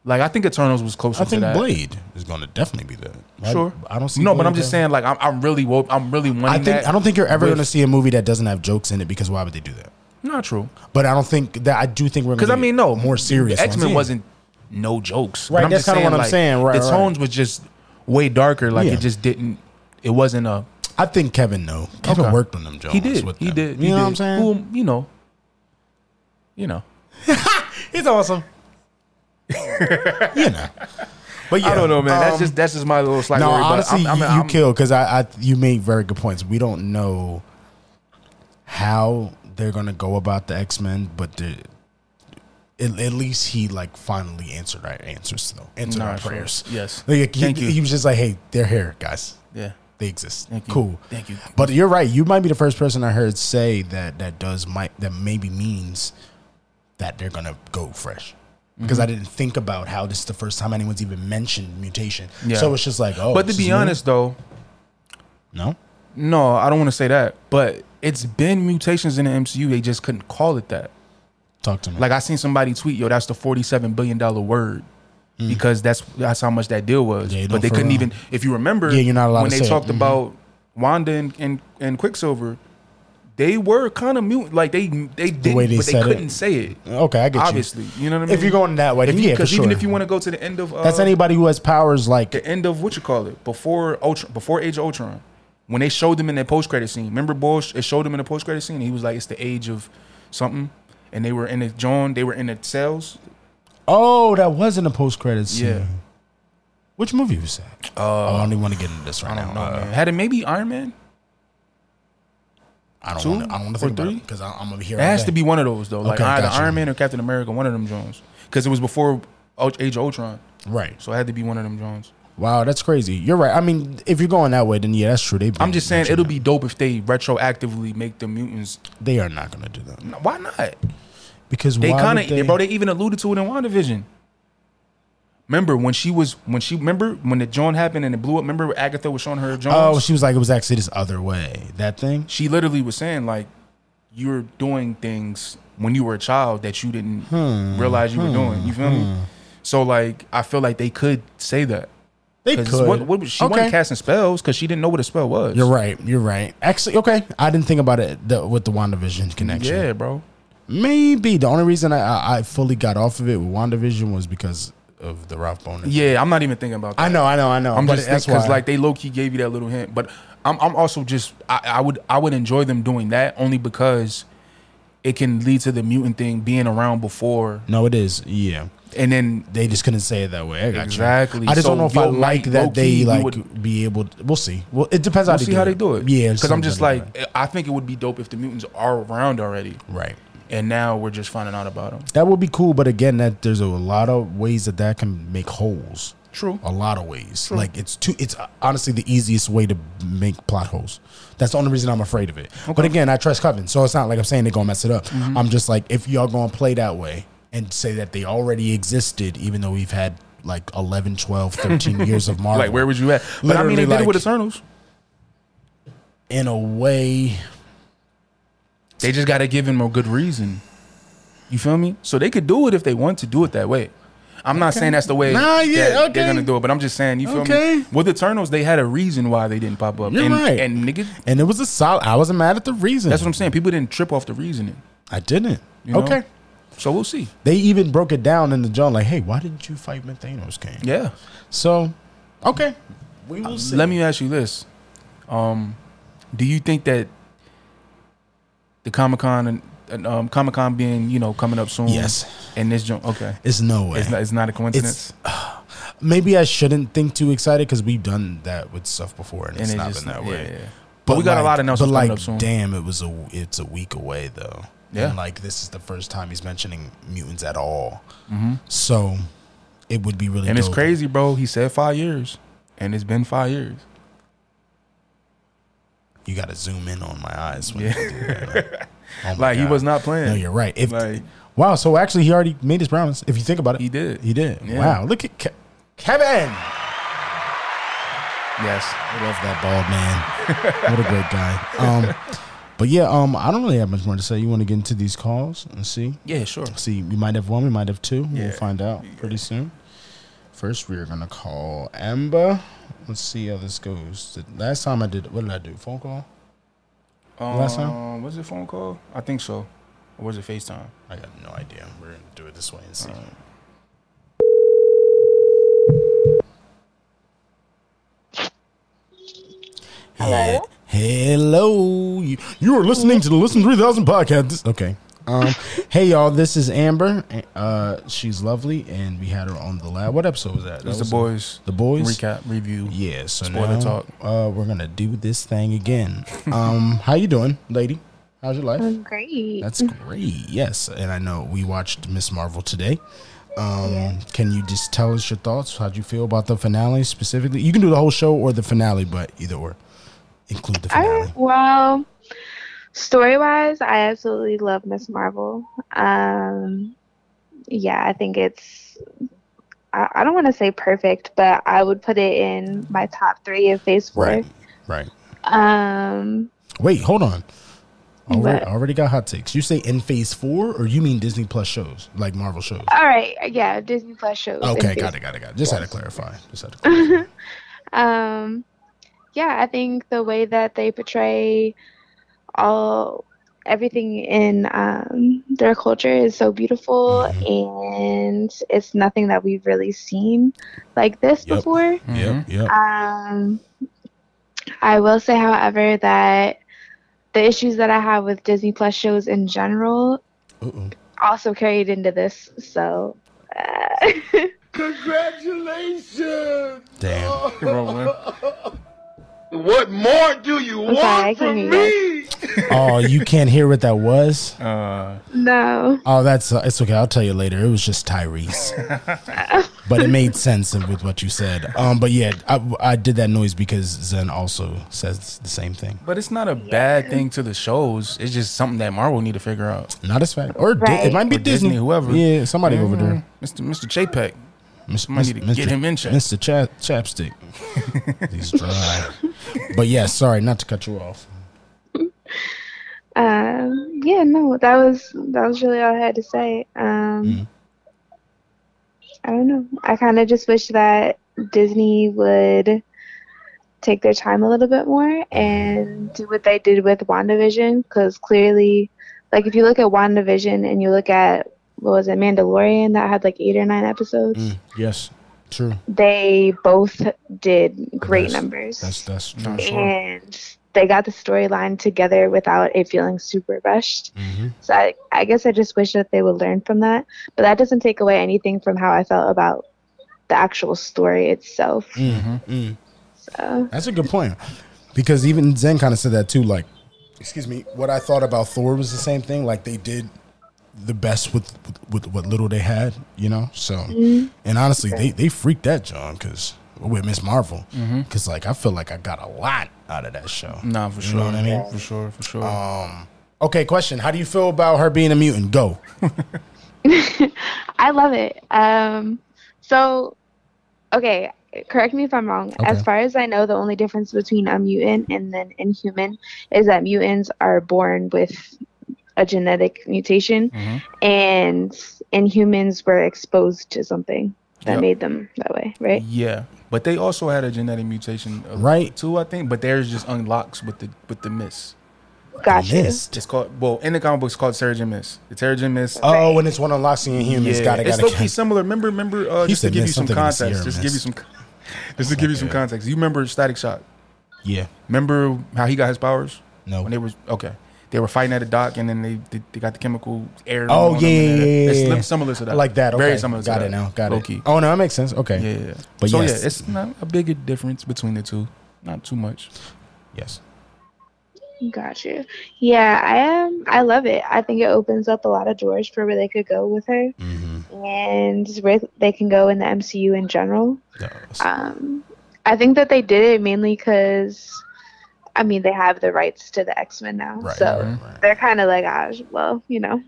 Speaker 3: Like I think Eternals was closer
Speaker 4: I
Speaker 3: to
Speaker 4: think
Speaker 3: that.
Speaker 4: Blade is going to definitely be that. I-
Speaker 3: Sure,
Speaker 4: I, don't see.
Speaker 3: No,
Speaker 4: Blade
Speaker 3: but I'm just
Speaker 4: there.
Speaker 3: saying, like, I'm, I'm really, wo- I'm really wanting
Speaker 4: I think
Speaker 3: that.
Speaker 4: I don't think you're ever
Speaker 3: with-
Speaker 4: going to see a movie that doesn't have jokes in it because why would they do that?
Speaker 3: Not true.
Speaker 4: But I don't think that I do think we're
Speaker 3: Because I mean, no,
Speaker 4: more serious.
Speaker 3: X Men
Speaker 4: ones.
Speaker 3: wasn't no jokes.
Speaker 4: Right,
Speaker 3: But I'm
Speaker 4: that's
Speaker 3: just
Speaker 4: kinda what I'm
Speaker 3: like,
Speaker 4: saying, right,
Speaker 3: the
Speaker 4: right.
Speaker 3: tones was just way darker. Like
Speaker 4: Yeah.
Speaker 3: it just didn't. It wasn't a.
Speaker 4: I think Kevin know. Kevin
Speaker 3: Okay.
Speaker 4: worked on them Jones.
Speaker 3: He did.
Speaker 4: With
Speaker 3: He
Speaker 4: them.
Speaker 3: did.
Speaker 4: You
Speaker 3: he
Speaker 4: know
Speaker 3: did.
Speaker 4: what I'm saying?
Speaker 3: Who, you know. You know.
Speaker 4: He's awesome. you know. But yeah,
Speaker 3: I don't know, man. that's
Speaker 4: um,
Speaker 3: just that's just my little slight.
Speaker 4: no.
Speaker 3: worry, but
Speaker 4: honestly,
Speaker 3: I'm, I'm,
Speaker 4: you,
Speaker 3: I'm,
Speaker 4: you kill because I, I you made very good points. We don't know how they're gonna go about the X Men, but the. At, at least he like finally answered our answers though, answered
Speaker 3: Nah,
Speaker 4: our
Speaker 3: sure.
Speaker 4: prayers.
Speaker 3: Yes.
Speaker 4: like, he,
Speaker 3: Thank you.
Speaker 4: he was just like, "Hey, they're here, guys.
Speaker 3: Yeah.
Speaker 4: They exist.
Speaker 3: Thank you.
Speaker 4: Cool.
Speaker 3: Thank you.
Speaker 4: But you're right. You might be the first person I heard say that that does might that maybe means that they're gonna go fresh. Because
Speaker 3: Mm-hmm.
Speaker 4: I didn't think about how this is the first time anyone's even mentioned mutation.
Speaker 3: Yeah.
Speaker 4: So it's just like, oh,
Speaker 3: But to
Speaker 4: this is
Speaker 3: be
Speaker 4: new?
Speaker 3: honest, though,
Speaker 4: no,
Speaker 3: no, I don't want to say that. But it's been mutations in the MCU. They just couldn't call it that.
Speaker 4: talk to me.
Speaker 3: Like I seen somebody tweet, "Yo, that's the forty-seven billion dollar word," because that's that's how much that deal was.
Speaker 4: Hmm. Yeah, you know,
Speaker 3: but they
Speaker 4: for
Speaker 3: couldn't
Speaker 4: real.
Speaker 3: even. If you remember,
Speaker 4: Yeah, you're not allowed
Speaker 3: when
Speaker 4: to
Speaker 3: they
Speaker 4: say it.
Speaker 3: talked
Speaker 4: Mhm.
Speaker 3: about Wanda and, and and Quicksilver, they were kind of mute. Like they they did,
Speaker 4: way
Speaker 3: not
Speaker 4: they
Speaker 3: but they
Speaker 4: said it.
Speaker 3: couldn't say it.
Speaker 4: okay, I get
Speaker 3: Obviously, you. know what I
Speaker 4: you.
Speaker 3: mean.
Speaker 4: If you're going that way,
Speaker 3: if you,
Speaker 4: yeah, for
Speaker 3: 'cause
Speaker 4: sure.
Speaker 3: even if you want to go to the end of uh,
Speaker 4: that's anybody who has powers like
Speaker 3: the end of what you call it before Ultron, before Age of Ultron, when they showed them in their post credit scene. Remember, Bush? It showed them in the post credit scene. He was like, "It's the age of something," and they were in the John. They were in the cells.
Speaker 4: oh, that wasn't a post credits scene.
Speaker 3: Yeah. Uh,
Speaker 4: Which movie was that? oh, I don't even want to get into this right now.
Speaker 3: know,
Speaker 4: Uh,
Speaker 3: man. Had it maybe Iron Man?
Speaker 4: I don't
Speaker 3: Two
Speaker 4: want to. I don't want
Speaker 3: or
Speaker 4: to think about
Speaker 3: three?
Speaker 4: it because I'm gonna be here.
Speaker 3: It has to be one of those though, like
Speaker 4: Okay,
Speaker 3: either
Speaker 4: gotcha.
Speaker 3: Iron Man or Captain America, one of them Jones, because it was before Ul- Age of Ultron,
Speaker 4: right.
Speaker 3: so it had to be one of them Jones.
Speaker 4: Wow, that's crazy. You're right. I mean, if you're going that way, then yeah, that's true. They
Speaker 3: I'm just saying it'll be dope if they retroactively make the mutants.
Speaker 4: They are not gonna do that
Speaker 3: No, Why not?
Speaker 4: because
Speaker 3: They
Speaker 4: why
Speaker 3: kind
Speaker 4: would they,
Speaker 3: of, bro. They even alluded to it in WandaVision. Remember when she was when she remember when the John happened and it blew up. Remember Agatha was showing her Jones.
Speaker 4: oh, she was like it was actually this other way. That thing.
Speaker 3: she literally was saying like you're doing things when you were a child that you didn't
Speaker 4: Hmm.
Speaker 3: realize you were doing. You feel me? So like, I feel like they could say that.
Speaker 4: They
Speaker 3: 'Cause
Speaker 4: could.
Speaker 3: What, what, was- she wasn't casting spells because she didn't know what a spell was.
Speaker 4: You're right. You're right. Actually, okay. I didn't think about it the, with the WandaVision connection.
Speaker 3: Yeah, bro.
Speaker 4: Maybe the only reason I- I, I fully got off of it with WandaVision was because of the Ralph Boner.
Speaker 3: Yeah, I'm not even thinking about that.
Speaker 4: I know, I know, I know.
Speaker 3: I'm
Speaker 4: but
Speaker 3: just
Speaker 4: that's
Speaker 3: because
Speaker 4: why.
Speaker 3: like they low key gave you that little hint, but I'm I'm also just I, I would I would enjoy them doing that only because it can lead to the mutant thing being around before
Speaker 4: no, it is. Yeah,
Speaker 3: and then
Speaker 4: they just couldn't say it that way. I got you.
Speaker 3: Exactly.
Speaker 4: I just
Speaker 3: So
Speaker 4: don't know if I
Speaker 3: you'll
Speaker 4: like
Speaker 3: like
Speaker 4: that
Speaker 3: low-key,
Speaker 4: they
Speaker 3: you
Speaker 4: like
Speaker 3: would-
Speaker 4: be able. To, we'll see. Well, it depends how
Speaker 3: we'll
Speaker 4: they
Speaker 3: see
Speaker 4: do
Speaker 3: how
Speaker 4: it.
Speaker 3: they do it.
Speaker 4: Yeah,
Speaker 3: because I'm just
Speaker 4: depends
Speaker 3: like
Speaker 4: how they do
Speaker 3: I think it would be dope if the mutants are around already,
Speaker 4: it. right.
Speaker 3: and now we're just finding out about them.
Speaker 4: That would be cool, but again, that there's a lot of ways that that can make holes.
Speaker 3: True.
Speaker 4: a lot of ways. Like it's too. It's honestly the easiest way to make plot holes. That's the only reason I'm afraid of it. But again, I trust Coven, so it's not like I'm saying they're gonna mess it up.
Speaker 3: Mm-hmm.
Speaker 4: I'm just like if y'all gonna play that way and say that they already existed, even though we've had like 11, 12, 13 years of Marvel.
Speaker 3: Like where was you at? But I mean, they
Speaker 4: Literally,
Speaker 3: did it with
Speaker 4: like-
Speaker 3: Eternals.
Speaker 4: in a way?
Speaker 3: They just got to give him a good reason. You feel me? So they could do it if they want to do it that way. I'm not saying that's the way
Speaker 4: Nah, yeah,
Speaker 3: that they're
Speaker 4: okay.
Speaker 3: gonna do it, but I'm just saying, you feel
Speaker 4: Okay.
Speaker 3: me? With Eternals, they had a reason why they didn't pop up.
Speaker 4: You're
Speaker 3: and,
Speaker 4: right.
Speaker 3: and niggas,
Speaker 4: And it was a solid. I wasn't mad at the reason.
Speaker 3: that's what I'm saying. People didn't trip off the reasoning.
Speaker 4: I didn't.
Speaker 3: You know?
Speaker 4: Okay.
Speaker 3: So we'll see.
Speaker 4: They even broke it down in the John, like, hey, why didn't you fight when Thanos came?
Speaker 3: Yeah. Uh,
Speaker 4: So, okay. We will see.
Speaker 3: Let me ask you this: um, Do you think that the Comic Con and- and um, Comic Con being you know coming up soon?
Speaker 4: Yes.
Speaker 3: And this joint, okay,
Speaker 4: It's no way.
Speaker 3: it's not, it's not a coincidence.
Speaker 4: maybe I shouldn't think too excited because we've done that with stuff before, and,
Speaker 3: and
Speaker 4: it's
Speaker 3: it
Speaker 4: not
Speaker 3: just-
Speaker 4: been that way.
Speaker 3: yeah. But, we got a
Speaker 4: like-
Speaker 3: lot of announcements
Speaker 4: But like,
Speaker 3: coming up soon.
Speaker 4: damn, it was a it's a week away though.
Speaker 3: Yeah.
Speaker 4: and like this is the first time he's mentioning mutants at all. So it would be really
Speaker 3: Mm-hmm. And it's
Speaker 4: dope.
Speaker 3: crazy, bro. He said five years, and it's been five years.
Speaker 4: You got to zoom in on my eyes. When
Speaker 3: Yeah.
Speaker 4: you do that, like, oh my
Speaker 3: Like he
Speaker 4: God.
Speaker 3: was not playing.
Speaker 4: No, you're right. If
Speaker 3: Like-
Speaker 4: wow, so actually he already made his promise. If you think about it,
Speaker 3: He did.
Speaker 4: He did.
Speaker 3: Yeah.
Speaker 4: Wow, look at Ke- Kevin.
Speaker 3: Yes.
Speaker 4: I love that bald man. what a great guy. Um, but yeah, um, I don't really have much more to say. You want to get into these calls and see?
Speaker 3: Yeah, sure.
Speaker 4: See, we might have one, we might have two.
Speaker 3: Yeah.
Speaker 4: We'll find out pretty soon. First, we are gonna call Amber. Let's see how this goes. The last time I did, what did I do? Phone call?
Speaker 3: Um,
Speaker 4: Last time?
Speaker 3: Was it phone call? I think so. Or was it FaceTime?
Speaker 4: I got no idea. We're gonna do it this way and see. Hello. Hello. You, you are listening to the Listen 3000 podcast. This- okay. Um, hey y'all, this is Amber. Uh, she's lovely, and we had her on the lab. What episode was that? That
Speaker 3: It was the
Speaker 4: was-
Speaker 3: boys.
Speaker 4: The boys.
Speaker 3: Recap review.
Speaker 4: Yeah. So
Speaker 3: Spoiler
Speaker 4: now,
Speaker 3: talk.
Speaker 4: Uh, we're gonna do this thing again. Um, how you doing, lady? How's your life?
Speaker 2: Great.
Speaker 4: That's great. Yes, and I know we watched Miss Marvel today. Um, Can you just tell us your thoughts? How'd you feel about the finale specifically? You can do the whole show or the finale, but either or, include the
Speaker 2: All
Speaker 4: finale.
Speaker 2: right. Well, story wise, I absolutely love Miss Marvel. Um, yeah, I think it's. I, I don't want to say perfect, but I would put it in my top three of Phase Four.
Speaker 4: Right. Right.
Speaker 2: Um,
Speaker 4: Wait, hold on. Already,
Speaker 2: What?
Speaker 4: already got hot takes. You say in phase four, or you mean Disney Plus shows like Marvel shows?
Speaker 2: all right. Yeah, Disney Plus shows. in
Speaker 4: Okay,
Speaker 2: Phase
Speaker 4: got it, got it, got it. Just had to clarify. Just had to clarify.
Speaker 2: um yeah i think the way that they portray all everything in um, their culture is so beautiful and it's nothing that we've really seen like this
Speaker 4: Yep.
Speaker 2: before
Speaker 4: Yep, yep.
Speaker 2: um i will say however that the issues that i have with disney plus shows in general
Speaker 4: Uh-oh.
Speaker 2: also carried into this so uh,
Speaker 1: Congratulations!
Speaker 4: Damn.
Speaker 3: You're rolling.
Speaker 1: What more do you
Speaker 2: sorry, I can
Speaker 1: want from
Speaker 2: hear
Speaker 1: me?
Speaker 4: Oh, you can't hear what that was.
Speaker 3: Uh,
Speaker 2: no
Speaker 4: Oh, that's uh, it's okay. I'll tell you later. It was just Tyrese, but it made sense of- with what you said. Um, but yeah, I, I did that noise because Zen also says the same thing.
Speaker 3: but it's not a bad thing to the shows. It's just something that Marvel need to figure out.
Speaker 4: Not as fact, or Di- it
Speaker 2: Right.
Speaker 4: might be
Speaker 3: Or
Speaker 4: Disney,
Speaker 3: Disney, whoever.
Speaker 4: Yeah, somebody over there.
Speaker 3: Mr. Mr. JPEG.
Speaker 4: Mis-
Speaker 3: Might need to
Speaker 4: mis-
Speaker 3: get him in check.
Speaker 4: Mr. Cha- Chapstick. He's dry. but yeah, sorry, not to cut you off.
Speaker 2: Um, yeah, no, that was that was really all I had to say. Um,
Speaker 4: Mhm.
Speaker 2: I don't know. I kind of just wish that Disney would take their time a little bit more and do what they did with WandaVision, because clearly, like if you look at WandaVision and you look at what was it, Mandalorian, that had like eight or nine episodes,
Speaker 4: Mm, yes, true.
Speaker 2: they both did great
Speaker 4: That's-
Speaker 2: numbers
Speaker 4: That's that's true.
Speaker 3: Not sure.
Speaker 2: and they got the storyline together without it feeling super rushed.
Speaker 4: Mhm.
Speaker 2: So I, I guess I just wish that they would learn from that. But that doesn't take away anything from how I felt about the actual story itself. So
Speaker 4: That's a good point. Because even Zen kind of said that too. Like, excuse me, what I thought about Thor was the same thing. Like they did the best with with, with what little they had, you know. So, and honestly, they they freaked that John because with Miss Marvel, because like I feel like I got a lot out of that show.
Speaker 3: Mm-hmm. Nah, for
Speaker 4: You
Speaker 3: sure.
Speaker 4: know what I mean? Um,
Speaker 3: For sure. For sure.
Speaker 4: Okay, question: How do you feel about her being a mutant? Go.
Speaker 2: I love it. Um, so, okay, correct me if I'm wrong. As
Speaker 4: Okay.
Speaker 2: far as I know, the only difference between a mutant and an inhuman is that mutants are born with a genetic mutation,
Speaker 4: Mm-hmm.
Speaker 3: Mhm.
Speaker 2: and inhumans were exposed to something that
Speaker 3: Yep.
Speaker 2: made them that way, right?
Speaker 3: yeah, but they also had a genetic mutation, of
Speaker 4: Right.
Speaker 3: Too, I think, but theirs just unlocks with the with the miss.
Speaker 2: Gotcha.
Speaker 4: Missed.
Speaker 3: It's called well in the comic books called Terrigen Mist. The Terrigen Mist.
Speaker 4: Oh, and it's one unlocking in humans. Got it.
Speaker 3: it's
Speaker 4: Got
Speaker 3: low key
Speaker 4: it.
Speaker 3: similar. Remember, remember. Uh,
Speaker 4: He
Speaker 3: just to
Speaker 4: said
Speaker 3: give you
Speaker 4: miss
Speaker 3: some
Speaker 4: something in the
Speaker 3: context,
Speaker 4: Sierra
Speaker 3: just to give
Speaker 4: Mist.
Speaker 3: you some, con- just to give you some
Speaker 4: Okay.
Speaker 3: context. You remember Static Shock?
Speaker 4: Yeah.
Speaker 3: Remember how he got his powers?
Speaker 4: No.
Speaker 3: When they was okay, they were fighting at a dock, and then they they, they got the chemical air.
Speaker 4: Oh,
Speaker 3: on
Speaker 4: yeah,
Speaker 3: them, and
Speaker 4: yeah,
Speaker 3: then-
Speaker 4: yeah,
Speaker 3: It's
Speaker 4: yeah,
Speaker 3: lim-
Speaker 4: yeah.
Speaker 3: similar to that.
Speaker 4: I like that. Okay.
Speaker 3: Very similar. To
Speaker 4: got
Speaker 3: that.
Speaker 4: it now. Got
Speaker 3: low
Speaker 4: it.
Speaker 3: Key.
Speaker 4: Oh no, that makes sense. Okay.
Speaker 3: Yeah, yeah. yeah.
Speaker 4: But
Speaker 3: so
Speaker 4: yes.
Speaker 3: yeah, it's not a big difference between the two. Not too much.
Speaker 4: Yes.
Speaker 2: Gotcha. Yeah, I am. I love it. I think it opens up a lot of doors for where they could go with her
Speaker 4: Mm-hmm.
Speaker 2: and where they can go in the MCU in general. Um, I think that they did it mainly because, I mean, they have the rights to the X Men now.
Speaker 4: Right, Mm-hmm.
Speaker 2: so
Speaker 4: right, right.
Speaker 2: they're kind of like, ah, well, you know.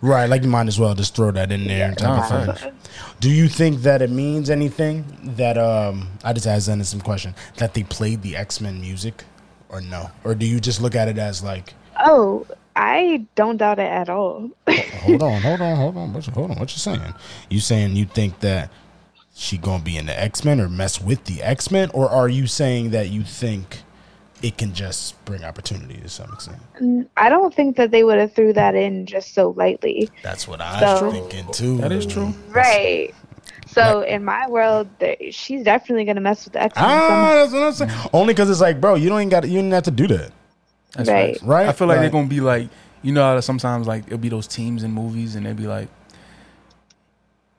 Speaker 4: Right, like you might as well just throw that in there. and type
Speaker 3: no,
Speaker 4: of thing.
Speaker 3: facts.
Speaker 4: Do you think that it means anything that um I just asked Zen some question that they played the X Men music or no? Or do you just look at it as like
Speaker 2: Oh, I don't doubt it at all.
Speaker 4: hold on, hold on, hold on, what you, hold on, what you saying? You saying you think that she gonna be in the X Men or mess with the X Men, or are you saying that you think it can just bring opportunity to some extent?
Speaker 2: I don't think that they would have threw that in just so lightly.
Speaker 4: That's what I
Speaker 2: So-
Speaker 4: was thinking too.
Speaker 3: That is true.
Speaker 2: Right. So in my world, there- she's definitely gonna mess with the X Men.
Speaker 4: Ah, that's what I'm saying. Only because it's like, bro, you don't even got, you didn't have to do that.
Speaker 3: That's
Speaker 2: Right.
Speaker 3: facts.
Speaker 4: Right,
Speaker 3: I feel like
Speaker 4: right.
Speaker 3: they're gonna be like, you know, how sometimes like it'll be those teams in movies, and they'll be like,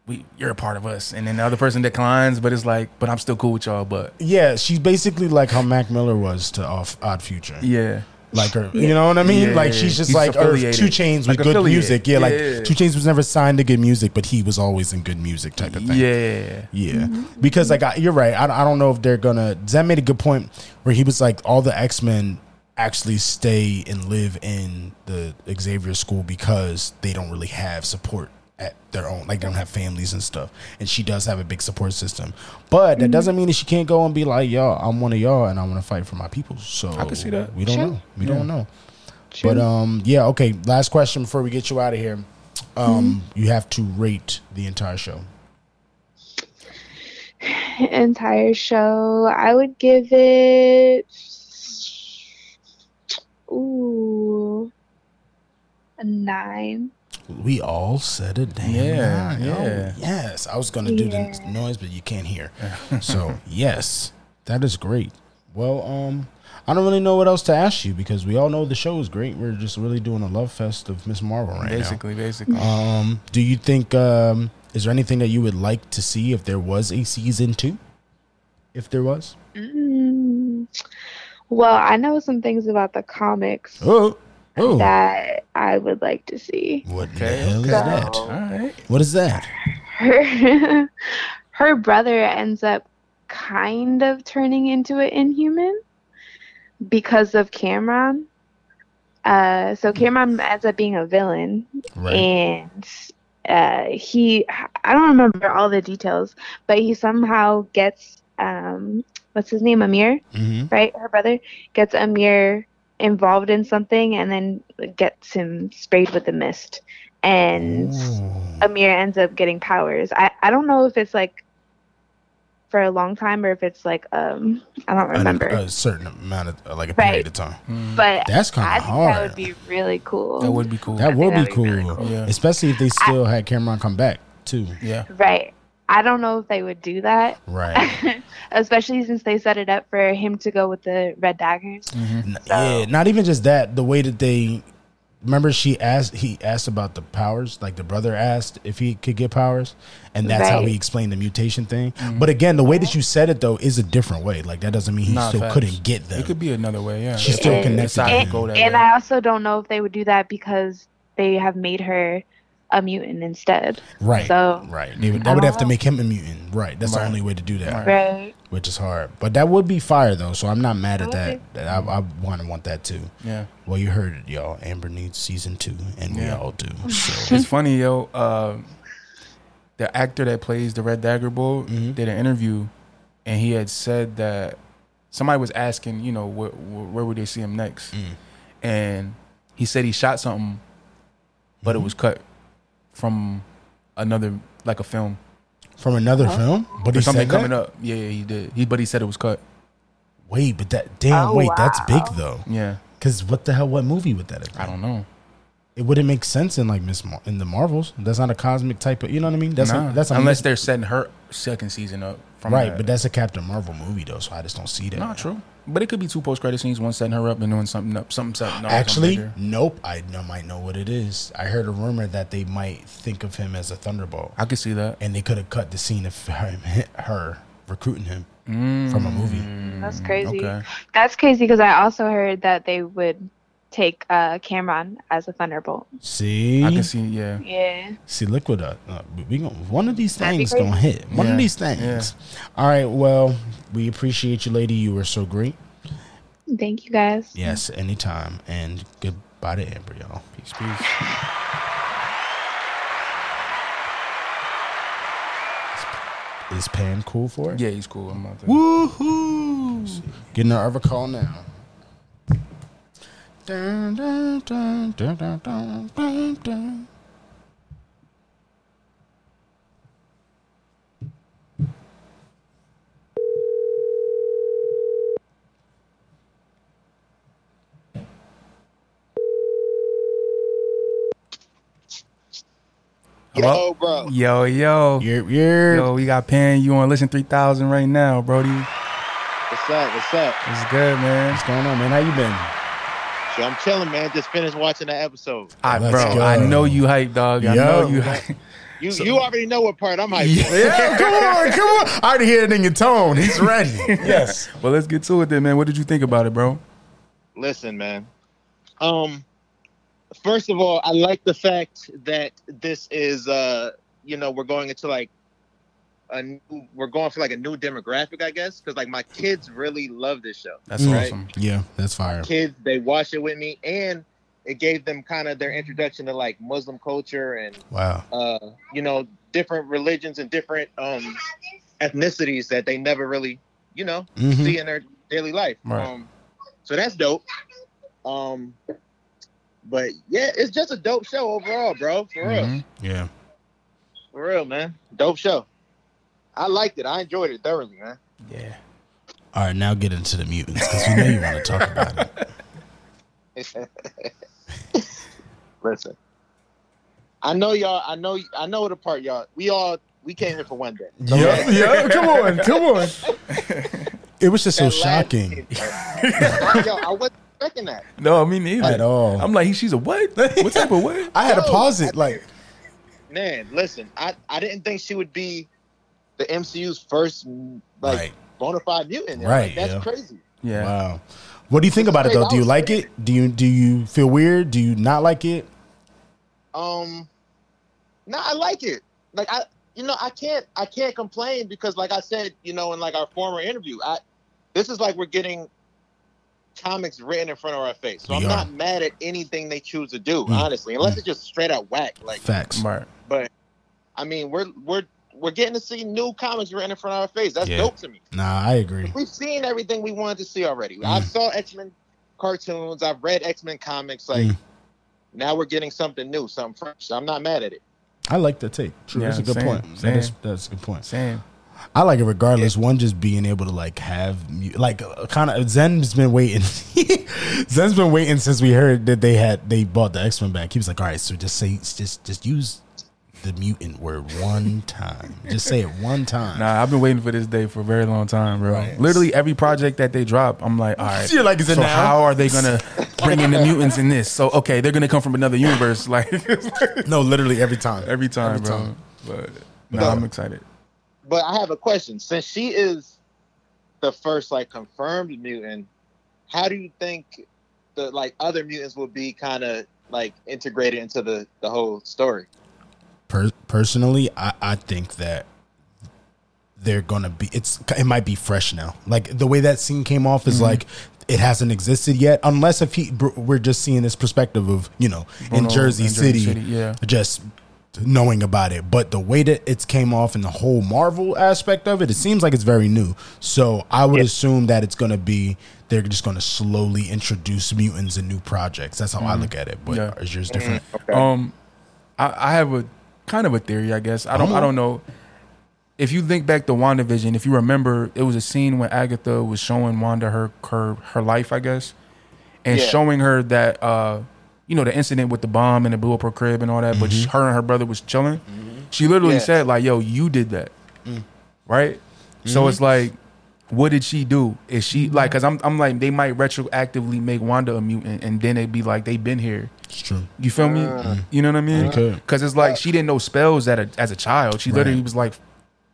Speaker 3: "We, you're a part of us," and then the other person declines, but it's like, "But I'm still cool with y'all." But
Speaker 4: Yeah, she's basically like how Mac Miller was to off Odd Future.
Speaker 3: yeah,
Speaker 4: Like her, you know what I mean?
Speaker 3: Yeah.
Speaker 4: like she's just
Speaker 3: He's
Speaker 4: like or
Speaker 3: affiliated.
Speaker 4: Two Chains with
Speaker 3: Like
Speaker 4: good
Speaker 3: affiliate.
Speaker 4: music. Yeah, like
Speaker 3: Yeah.
Speaker 4: Two Chains was never signed to good music, but he was always in good music type of thing.
Speaker 3: yeah,
Speaker 4: Yeah, because like I, you're right. I, I don't know if they're gonna. Zen made a good point where he was like, all the X Men actually stay and live in the Xavier School because they don't really have support at their own. Like they don't have families and stuff. And she does have a big support system, but that doesn't mean that she can't go and be like, y'all, I'm one of y'all, and I want to fight for my people. So I
Speaker 3: could see that.
Speaker 4: We don't
Speaker 2: Sure.
Speaker 4: know. We don't know. But um, yeah. Okay, last question before we get you out of here. Um, you have to rate the entire show.
Speaker 2: entire show, I would give it. Ooh. A nine.
Speaker 4: We all said it damn
Speaker 3: Yeah,
Speaker 4: nine.
Speaker 3: yeah.
Speaker 4: Oh, yes. I was gonna do the
Speaker 2: Yeah.
Speaker 4: noise, but you can't hear. so yes, that is great. Well, um, I don't really know what else to ask you because we all know the show is great. We're just really doing a love fest of Miss Marvel right
Speaker 3: basically, basically.
Speaker 4: now. Um, do you think um is there anything that you would like to see if there was a season two? If there was?
Speaker 2: Mm. Well, I know some things about the comics
Speaker 4: Oh, oh.
Speaker 2: that I would like to see.
Speaker 4: what the
Speaker 3: Okay,
Speaker 4: hell
Speaker 3: okay.
Speaker 4: is that?
Speaker 3: All right.
Speaker 4: What is that?
Speaker 2: Her, her brother ends up kind of turning into an inhuman because of Cameron. Uh, so Cameron ends up being a villain
Speaker 4: Right.
Speaker 2: and uh, he i don't remember all the details but he somehow gets um, what's his name amir
Speaker 4: Mm-hmm.
Speaker 2: right her brother gets amir involved in something and then gets him sprayed with the mist.
Speaker 4: Mm-hmm.
Speaker 2: And Amir ends up getting powers. I, I don't know if it's like for a long time or if it's like um I
Speaker 4: uh,
Speaker 2: don't remember.
Speaker 4: a, a certain amount of uh, like a
Speaker 2: Right.
Speaker 4: period of time.
Speaker 3: Mm.
Speaker 2: but
Speaker 4: That's kinda
Speaker 2: I think That
Speaker 4: hard.
Speaker 2: would be really cool.
Speaker 3: That would be cool.
Speaker 4: That would be
Speaker 2: that'd be
Speaker 4: cool,
Speaker 2: really
Speaker 3: Yeah.
Speaker 4: especially if they still had Cameron come back too.
Speaker 3: yeah.
Speaker 2: right. I don't know if they would do that,
Speaker 4: Right?
Speaker 2: especially since they set it up for him to go with the red daggers.
Speaker 4: N- yeah. Not even just that. The way that they remember, she asked. He asked about the powers. Like the brother asked if he could get powers, and that's how
Speaker 2: Right.
Speaker 4: he explained the mutation thing.
Speaker 3: Mm-hmm.
Speaker 4: But again, the way that you said it though is a different way. Like that doesn't mean he
Speaker 3: Nah,
Speaker 4: still
Speaker 3: facts.
Speaker 4: couldn't get them.
Speaker 3: It could be another way. Yeah.
Speaker 4: She's still
Speaker 3: If they
Speaker 4: connected
Speaker 3: decide
Speaker 4: to
Speaker 3: to
Speaker 4: him.
Speaker 3: go that
Speaker 2: And
Speaker 3: way.
Speaker 2: I also don't know if they would do that because they have made her a mutant instead.
Speaker 4: right.
Speaker 2: So
Speaker 4: Right. They would, that would have to make him a mutant. Right. That's the
Speaker 3: Right.
Speaker 4: only way to do that.
Speaker 3: Right.
Speaker 2: right.
Speaker 4: which is hard. But that would be fire though, so I'm not mad at that.
Speaker 2: Okay.
Speaker 4: That I, I want to want that too.
Speaker 3: yeah.
Speaker 4: Well, you heard it, y'all. Amber needs season two, and we
Speaker 3: Yeah.
Speaker 4: all do. So.
Speaker 3: It's funny, yo. Uh, the actor that plays the Red Dagger Bull
Speaker 4: Mm-hmm.
Speaker 3: did an interview, and he had said that somebody was asking, you know, wh- wh- where would they see him next?
Speaker 4: Mm.
Speaker 3: And he said he shot something, but
Speaker 4: Mm-hmm.
Speaker 3: it was cut from another, like a film
Speaker 4: From another film, but
Speaker 3: or
Speaker 4: he
Speaker 3: something
Speaker 4: said
Speaker 3: coming
Speaker 4: coming up.
Speaker 3: up. Yeah, yeah, he did. He, but he said it was cut.
Speaker 4: Wait, but that damn
Speaker 2: Oh,
Speaker 4: wait, that's big
Speaker 2: wow.
Speaker 4: though.
Speaker 3: Yeah,
Speaker 4: Because what the hell? What movie would that have been?
Speaker 3: I don't know.
Speaker 4: It wouldn't make sense in like Miss Mar- in the Marvels. That's not a cosmic type of. You know what I mean? That's
Speaker 3: Nah.
Speaker 4: a, that's a
Speaker 3: unless
Speaker 4: Miss-
Speaker 3: they're setting her second season up. From
Speaker 4: right,
Speaker 3: that.
Speaker 4: but that's a Captain Marvel movie though, so I just don't see that.
Speaker 3: not true. But it could be two post credit scenes, one setting her up and doing something up, something setting up. something
Speaker 4: Actually,
Speaker 3: bigger.
Speaker 4: nope. I know, might know what it is. I heard a rumor that they might think of him as a Thunderbolt.
Speaker 3: I could see that.
Speaker 4: and they could have cut the scene of him, her recruiting him from a movie.
Speaker 3: Mm.
Speaker 2: That's crazy.
Speaker 3: okay.
Speaker 2: That's crazy because I also heard that they would take uh, Cameron as a Thunderbolt.
Speaker 4: See,
Speaker 3: I can see, yeah.
Speaker 2: Yeah.
Speaker 4: see, look what uh, uh, we gonna one of these
Speaker 2: That'd be
Speaker 4: things gonna hit. One
Speaker 3: Yeah,
Speaker 4: of these things. All right. Well, we appreciate you, lady. You were so great.
Speaker 2: Thank you guys.
Speaker 4: Yes, anytime. And goodbye to Amber, y'all. Peace, peace. Is Pan cool for it?
Speaker 3: Yeah, he's cool. I'm out there.
Speaker 4: Woohoo! Getting our other call now. Dun, dun, dun, dun, dun, dun, dun, dun.
Speaker 1: Yo, bro.
Speaker 3: Yo, yo.
Speaker 4: Yerp, yerp.
Speaker 3: Yo, we got Pan. You on Listen 3000 right now, Brody.
Speaker 1: What's up? What's up?
Speaker 3: It's good, man.
Speaker 4: What's going on, man? How you been?
Speaker 1: So I'm chilling, man. Just finished watching the episode.
Speaker 3: I,
Speaker 4: Let's
Speaker 3: bro,
Speaker 4: go.
Speaker 3: I know you hype, dog. I
Speaker 4: Yo.
Speaker 3: know you hype.
Speaker 1: You you already know what part I'm hyped for.
Speaker 4: Yeah, come on, come on. I already hear it in your tone. He's ready. yes.
Speaker 3: Well, let's get to it then, man. What did you think about it, bro?
Speaker 1: Listen, man. Um, first of all, I like the fact that this is uh, you know, we're going into like a new, we're going for like a new demographic, I guess, because like my kids really love this show.
Speaker 3: That's
Speaker 4: Right.
Speaker 3: awesome.
Speaker 4: Yeah, that's fire.
Speaker 1: Kids, they watch it with me, and it gave them kind of their introduction to like Muslim culture and
Speaker 4: Wow.
Speaker 1: uh, you know, different religions and different um ethnicities that they never really, you know,
Speaker 4: Mhm.
Speaker 1: see in their daily life.
Speaker 3: Right.
Speaker 1: Um, so that's dope. Um, but yeah, it's just a dope show overall, bro. For real,
Speaker 4: Mm-hmm.
Speaker 3: Mhm.
Speaker 4: Yeah.
Speaker 1: for real, man. Dope show. I liked it. I enjoyed it thoroughly, man.
Speaker 3: Yeah.
Speaker 4: All right, now get into the mutants because we know you want to talk about it.
Speaker 1: Listen, I know y'all. I know. I know the part y'all. We all we came here for one day.
Speaker 4: Yeah, yeah. Come on, come on. It was just so
Speaker 1: That last
Speaker 4: shocking
Speaker 1: shit, bro. Yo, I wasn't expecting that.
Speaker 3: No, me neither.
Speaker 4: at all.
Speaker 3: I'm like, she's a what? what type of what?
Speaker 4: I had to
Speaker 1: Yo,
Speaker 4: pause
Speaker 1: I
Speaker 4: it. Like,
Speaker 1: Man, listen, I I didn't think she would be the MCU's first like
Speaker 4: Right.
Speaker 1: bona fide mutant. Like,
Speaker 4: Right,
Speaker 1: that's
Speaker 4: yeah.
Speaker 1: crazy.
Speaker 3: Yeah.
Speaker 4: Wow. What do you think about it
Speaker 1: Hey,
Speaker 4: though?
Speaker 1: that
Speaker 4: Do you
Speaker 1: was
Speaker 4: like it? Do you do you feel weird? Do you not like it?
Speaker 1: um no i like it like i you know i can't i can't complain because like i said you know in like our former interview i this is like we're getting comics written in front of our face so
Speaker 4: We
Speaker 1: i'm
Speaker 4: are. Mm.
Speaker 1: not mad at anything they choose to do honestly unless it's just straight out whack like
Speaker 4: Facts.
Speaker 3: Right.
Speaker 1: but i mean we're we're we're getting to see new comics written in front of our face that's
Speaker 4: Yeah.
Speaker 1: dope to me
Speaker 4: Nah, I agree.
Speaker 1: we've seen everything we wanted to see already i saw x-men cartoons. I've read X Men comics. Like
Speaker 4: Mm.
Speaker 1: now we're getting something new, something fresh. So I'm not mad at it.
Speaker 4: I like that take. True,
Speaker 3: Yeah,
Speaker 4: that's a good
Speaker 3: same,
Speaker 4: point. That is,
Speaker 3: same.
Speaker 4: that's a good point.
Speaker 3: Same.
Speaker 4: I like it regardless. One just being able to like have mu- like kind of Zen's been waiting. Zen's been waiting since we heard that they had they bought the X Men back. He was like, all right, so just say just just use the mutant word one time. just say it one time.
Speaker 3: Nah, I've been waiting for this day for a very long time, bro.
Speaker 4: Right.
Speaker 3: Literally every project that they drop, I'm like, all right.
Speaker 4: You're like, is it
Speaker 3: so
Speaker 4: now?
Speaker 3: how are they gonna bring in the mutants in this? So okay, they're gonna come from another universe, like
Speaker 4: No, literally every time.
Speaker 3: every time,
Speaker 4: Every
Speaker 3: bro.
Speaker 4: time.
Speaker 3: But nah, I'm excited.
Speaker 1: But I have a question. Since she is the first like confirmed mutant, how do you think the like other mutants will be kind of like integrated into the the whole story?
Speaker 4: per- personally, I, I think that they're gonna be it's it might be fresh now. Like the way that scene came off
Speaker 3: Mm-hmm.
Speaker 4: is like it hasn't existed yet, unless if he br- we're just seeing this perspective of you know in
Speaker 3: Bruno
Speaker 4: Jersey
Speaker 3: in
Speaker 4: City,
Speaker 3: Jersey City, yeah.
Speaker 4: just knowing about it. But the way that it's came off and the whole Marvel aspect of it, it seems like it's very new. So I would assume that it's gonna be they're just gonna slowly introduce mutants and new projects. That's how I look at it. But
Speaker 3: Mm-hmm. Yeah.
Speaker 4: is yours different?
Speaker 3: Um, I, I have a kind of a theory, I guess. I don't,
Speaker 1: Oh.
Speaker 3: I don't know. If you think back to WandaVision, if you remember, it was a scene when Agatha was showing Wanda her her, her life, I guess, and
Speaker 1: Yeah.
Speaker 3: showing her that uh, you know, the incident with the bomb and it blew up her crib and all that. But she, her and her brother was chilling. She literally
Speaker 1: Mm-hmm. Yeah. Mm.
Speaker 3: said, like, "Yo, you did that, right?"
Speaker 1: Mm-hmm.
Speaker 3: So it's like. What did she do? Is she like? Cause I'm, I'm like they might retroactively make Wanda a mutant, and then they'd be like they've been here.
Speaker 4: It's true.
Speaker 3: You feel me? You know what I mean?
Speaker 4: Okay.
Speaker 3: Because it's like she didn't know spells at a, as a child. She literally
Speaker 4: Right.
Speaker 3: was like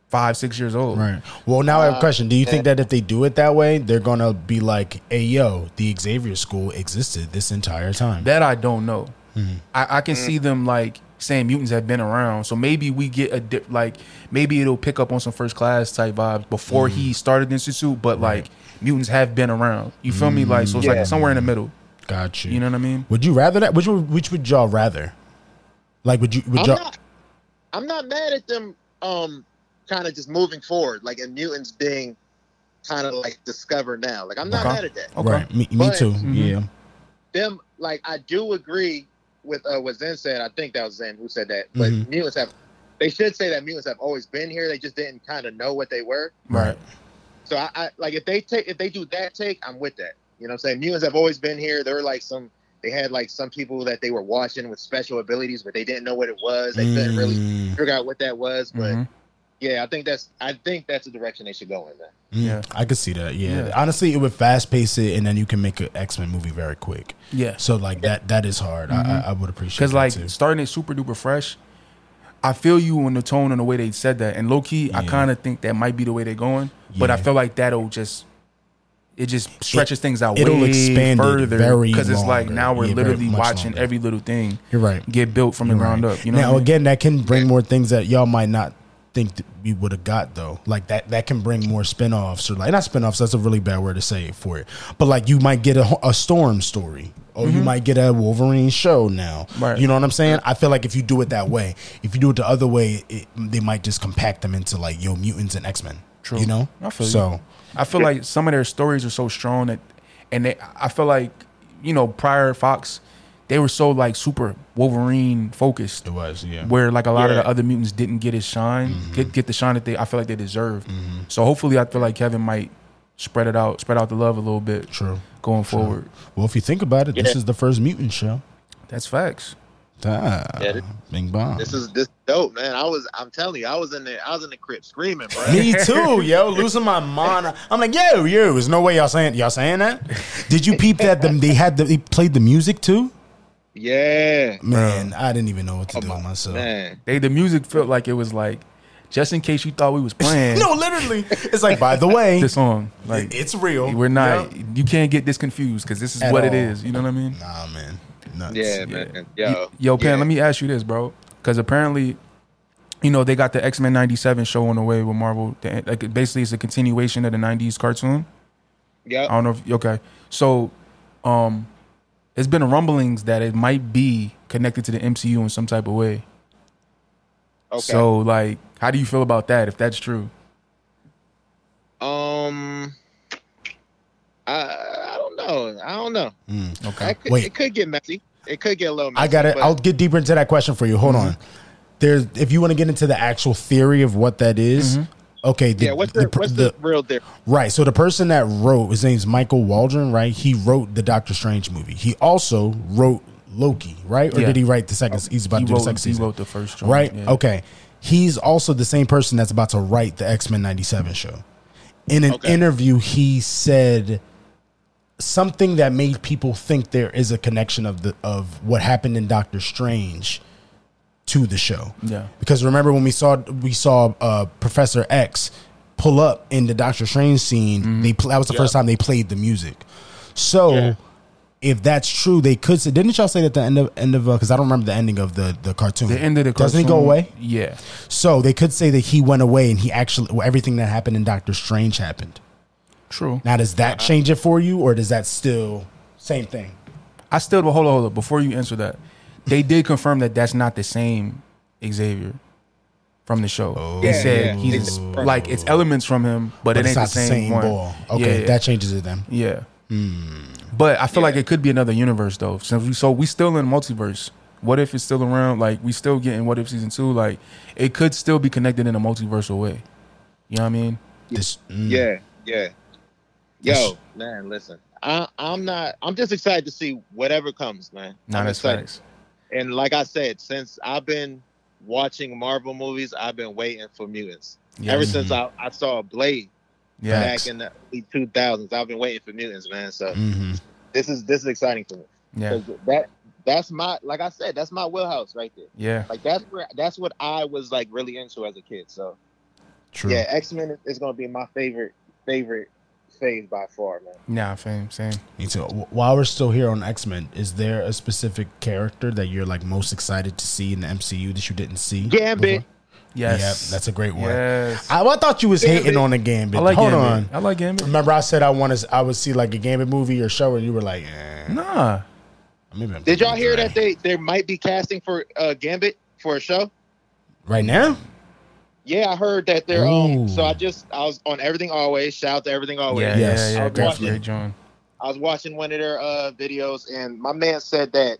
Speaker 3: five, six years old.
Speaker 4: Right. Well, now I
Speaker 1: Uh,
Speaker 4: have a question. Do you think that if they do it that way, they're gonna be like, "Hey, yo, the Xavier School existed this entire time."
Speaker 3: That I don't know.
Speaker 4: Mm-hmm.
Speaker 3: I, I can see them like saying mutants have been around. So maybe we get a dip, like maybe it'll pick up on some first class type vibes before
Speaker 4: Mm-hmm.
Speaker 3: he started the institute. But like mutants have been around. You feel me? Like so it's
Speaker 1: Yeah.
Speaker 3: like somewhere in the middle.
Speaker 4: Got you.
Speaker 3: You know what I mean?
Speaker 4: Would you rather that? Which would, which would y'all rather? Like, would you? Would
Speaker 1: I'm
Speaker 4: y'all?
Speaker 1: not, I'm not mad at them um kind of just moving forward, like and mutants being kind of like discovered now. Like I'm not
Speaker 3: Okay.
Speaker 1: mad at that.
Speaker 3: Okay.
Speaker 4: Right. Me, me
Speaker 1: But-
Speaker 4: too.
Speaker 3: Mhm.
Speaker 4: Yeah.
Speaker 1: Them like I do agree with uh, what Zen said. I think that was Zen who said that. But
Speaker 4: Mhm.
Speaker 1: mutants have they should say that mutants have always been here. They just didn't kind of know what they were.
Speaker 3: Right.
Speaker 1: So I, I like if they take if they do that take, I'm with that. You know what I'm saying? Mutants have always been here. There were like some they had like some people that they were watching with special abilities, but they didn't know what it was. They couldn't really
Speaker 4: Mm,
Speaker 1: figure out what that was. But
Speaker 3: Mhm.
Speaker 1: yeah, I think that's I think that's the direction they should go in. Then.
Speaker 4: mm,
Speaker 3: Yeah.
Speaker 4: I could see that. Yeah.
Speaker 3: Yeah.
Speaker 4: Honestly, it would fast pace it, and then you can make an X Men movie very quick.
Speaker 3: Yeah.
Speaker 4: So like that that is hard. I, I I would appreciate
Speaker 3: Because
Speaker 4: that,
Speaker 3: like
Speaker 4: too.
Speaker 3: starting it super duper fresh, I feel you on the tone and the way they said that. And low key, I
Speaker 4: Yeah.
Speaker 3: kind of think that might be the way they're going. But I
Speaker 4: Yeah.
Speaker 3: feel like that'll just it just stretches things out.
Speaker 4: it'll
Speaker 3: way
Speaker 4: expand it
Speaker 3: further
Speaker 4: very
Speaker 3: it's like
Speaker 4: longer.
Speaker 3: now we're
Speaker 4: Yeah, very
Speaker 3: literally
Speaker 4: much
Speaker 3: watching
Speaker 4: longer.
Speaker 3: every little thing
Speaker 4: You're right.
Speaker 3: get built from the ground up. You know.
Speaker 4: now
Speaker 3: what I mean?
Speaker 4: again, that can bring more things that y'all might not think that we would have got though. Like that, that can bring more spinoffs or like not spinoffs. That's a really bad word to say for it. But like you might get a, a storm story, or you might get a Wolverine show now.
Speaker 3: Mm-hmm. Right.
Speaker 4: You know what I'm saying? I feel like if you do it that way, if you do it the other way, it, they might just compact them into like yo mutants and X Men.
Speaker 3: True.
Speaker 4: You know.
Speaker 3: I feel you.
Speaker 4: so.
Speaker 3: I feel like some of their stories are so strong that, and they, I feel like, you know, prior Fox, they were so like super Wolverine focused.
Speaker 4: It was, yeah. Mm-hmm.
Speaker 3: Where like a lot of
Speaker 1: Yeah.
Speaker 3: the other mutants didn't get his shine, get get the shine that they I feel like they deserve. So hopefully, I feel like Kevin might spread it out, spread out the love a little bit.
Speaker 4: True.
Speaker 3: Going forward,
Speaker 4: Well, if you think about it, this
Speaker 1: Yeah.
Speaker 4: is the first mutant show.
Speaker 3: that's facts.
Speaker 4: Ah,
Speaker 1: Yeah, this-
Speaker 4: Bing bong.
Speaker 1: This is this dope, man. I was I'm telling you, I was in the I was in the crib screaming, bro.
Speaker 4: Me too, yo, losing my mind. I'm like, yo, yo, there's no way y'all saying y'all saying that. Did you peep that them they had the, they played the music too?
Speaker 1: yeah,
Speaker 4: Man, I didn't even know what to do with myself.
Speaker 1: Oh man.
Speaker 3: They the music felt like it was like, just in case you thought we was playing
Speaker 4: No, literally, it's like by the way,
Speaker 3: this song, like
Speaker 4: it's real.
Speaker 3: we're not.
Speaker 4: Yo.
Speaker 3: You can't get this confused because this is
Speaker 4: At
Speaker 3: what it
Speaker 4: all.
Speaker 3: is. You know what I mean?
Speaker 4: Nah, man. Nuts.
Speaker 1: Yeah, man. Yo,
Speaker 3: Yo, Pan,
Speaker 1: yeah.
Speaker 3: let me ask you this, bro. Because apparently, you know, they got the X Men '97 show on the way with Marvel. The- Like, basically, it's a continuation of the '90s cartoon.
Speaker 1: Yep.
Speaker 3: I don't know. if Okay, so, um, it's been rumblings that it might be connected to the MCU in some type of way.
Speaker 1: Okay.
Speaker 3: Oh, So, like, how do you feel about that? If that's true,
Speaker 1: Um, I I don't know. know. I don't know.
Speaker 4: Mm.
Speaker 1: I
Speaker 3: Okay.
Speaker 1: could,
Speaker 4: Wait.
Speaker 1: It could get messy. It could get a little. Messy,
Speaker 4: I got it.
Speaker 1: but
Speaker 4: I'll get deeper into that question for you. Hold on. There's if you want to get into the actual theory of what that is, Okay. The, Hmm.
Speaker 1: yeah. What's the,
Speaker 4: pr-
Speaker 1: what's the, real difference?
Speaker 4: Right. So the person that wrote his name's Michael Waldron, right? He wrote the Doctor Strange movie. He also wrote Loki, right? Or
Speaker 3: Yeah. Oh,
Speaker 4: did he write the second? He's about
Speaker 3: He
Speaker 4: to do the
Speaker 3: wrote,
Speaker 4: second
Speaker 3: he
Speaker 4: season,
Speaker 3: wrote the first joint.
Speaker 4: right?
Speaker 3: yeah.
Speaker 4: Okay. He's also the same person that's about to write the X Men '97 show. In an
Speaker 1: Okay.
Speaker 4: interview, he said something that made people think there is a connection of the of what happened in Doctor Strange to the show.
Speaker 3: Yeah.
Speaker 4: Because remember when we saw we saw uh, Professor X pull up in the Doctor Strange scene,
Speaker 3: Mm-hmm.
Speaker 4: they pl- that was the first time they played the music. So
Speaker 1: Yeah.
Speaker 4: if that's true, they could. Say, didn't y'all say that the end of end of because I don't remember the ending of the the cartoon.
Speaker 3: The end of the
Speaker 4: doesn't he go
Speaker 3: cartoon-
Speaker 4: away?
Speaker 3: Yeah.
Speaker 4: So they could say that he went away and he actually well, everything that happened in Doctor Strange happened.
Speaker 3: True.
Speaker 4: Now does that
Speaker 3: Uh-huh.
Speaker 4: change it for you, or does that still same thing?
Speaker 3: I still well, hold on, hold on. Before you answer that, they did confirm that that's not the same Xavier from the show. they
Speaker 1: Yeah,
Speaker 3: said
Speaker 1: Oh. yeah.
Speaker 3: he's
Speaker 1: They-
Speaker 3: like it's elements from him, but, it ain't the same, one.
Speaker 4: Okay,
Speaker 3: yeah,
Speaker 4: that changes it then.
Speaker 3: yeah.
Speaker 4: Hmm.
Speaker 3: But I feel like it could be another universe though. Since we so we still in multiverse. What if it's still around? Like we still getting what if season two? Like it could still be connected in a multiversal way. You know what I mean?
Speaker 4: This, mm.
Speaker 1: Yeah. Yeah. Yo,
Speaker 4: That's-
Speaker 1: man, listen. I, I'm not. I'm just excited to see whatever comes, man.
Speaker 3: Not
Speaker 1: I'm
Speaker 3: as
Speaker 1: excited.
Speaker 3: facts.
Speaker 1: And like I said, since I've been watching Marvel movies, I've been waiting for mutants.
Speaker 3: Yeah.
Speaker 1: Ever since I, I saw Blade
Speaker 3: Yeah.
Speaker 1: back in the early 2000s, I've been waiting for mutants, man. So
Speaker 4: Mhm.
Speaker 1: this is this is exciting for me.
Speaker 3: Yeah.
Speaker 1: 'Cause That that's my like I said, that's my wheelhouse right there.
Speaker 3: Yeah.
Speaker 1: Like that's where that's what I was like really into as a kid. So
Speaker 4: True.
Speaker 1: yeah, X Men is going to be my favorite favorite phase by far, man.
Speaker 3: Nah, fam, same.
Speaker 4: Me too. W- While we're still here on X Men, is there a specific character that you're like most excited to see in the MCU that you didn't see?
Speaker 1: Gambit.
Speaker 4: before?
Speaker 3: Yes.
Speaker 4: Yep, that's a great one.
Speaker 3: Yes.
Speaker 4: I, I thought you was hating
Speaker 1: Gambit.
Speaker 4: on a Gambit.
Speaker 3: I like
Speaker 4: Hold
Speaker 3: Gambit.
Speaker 4: on.
Speaker 3: I like Gambit.
Speaker 4: Remember, I said I want to. I would see like a Gambit movie or show, and you were like, eh.
Speaker 3: Nah.
Speaker 4: Maybe I'm
Speaker 1: Did y'all
Speaker 4: thinking
Speaker 1: hear
Speaker 4: dry.
Speaker 1: that they there might be casting for uh, Gambit for a show?
Speaker 4: Right now,
Speaker 1: Yeah, I heard that they're um.
Speaker 4: Ooh.
Speaker 1: So I just I was on everything always. Shout out to everything always.
Speaker 3: Yeah,
Speaker 4: Oh, Yes.
Speaker 3: yeah, yeah.
Speaker 1: I
Speaker 3: Great,
Speaker 1: watched
Speaker 3: great
Speaker 4: it.
Speaker 3: John.
Speaker 1: I was watching one of their uh, videos, and my man said that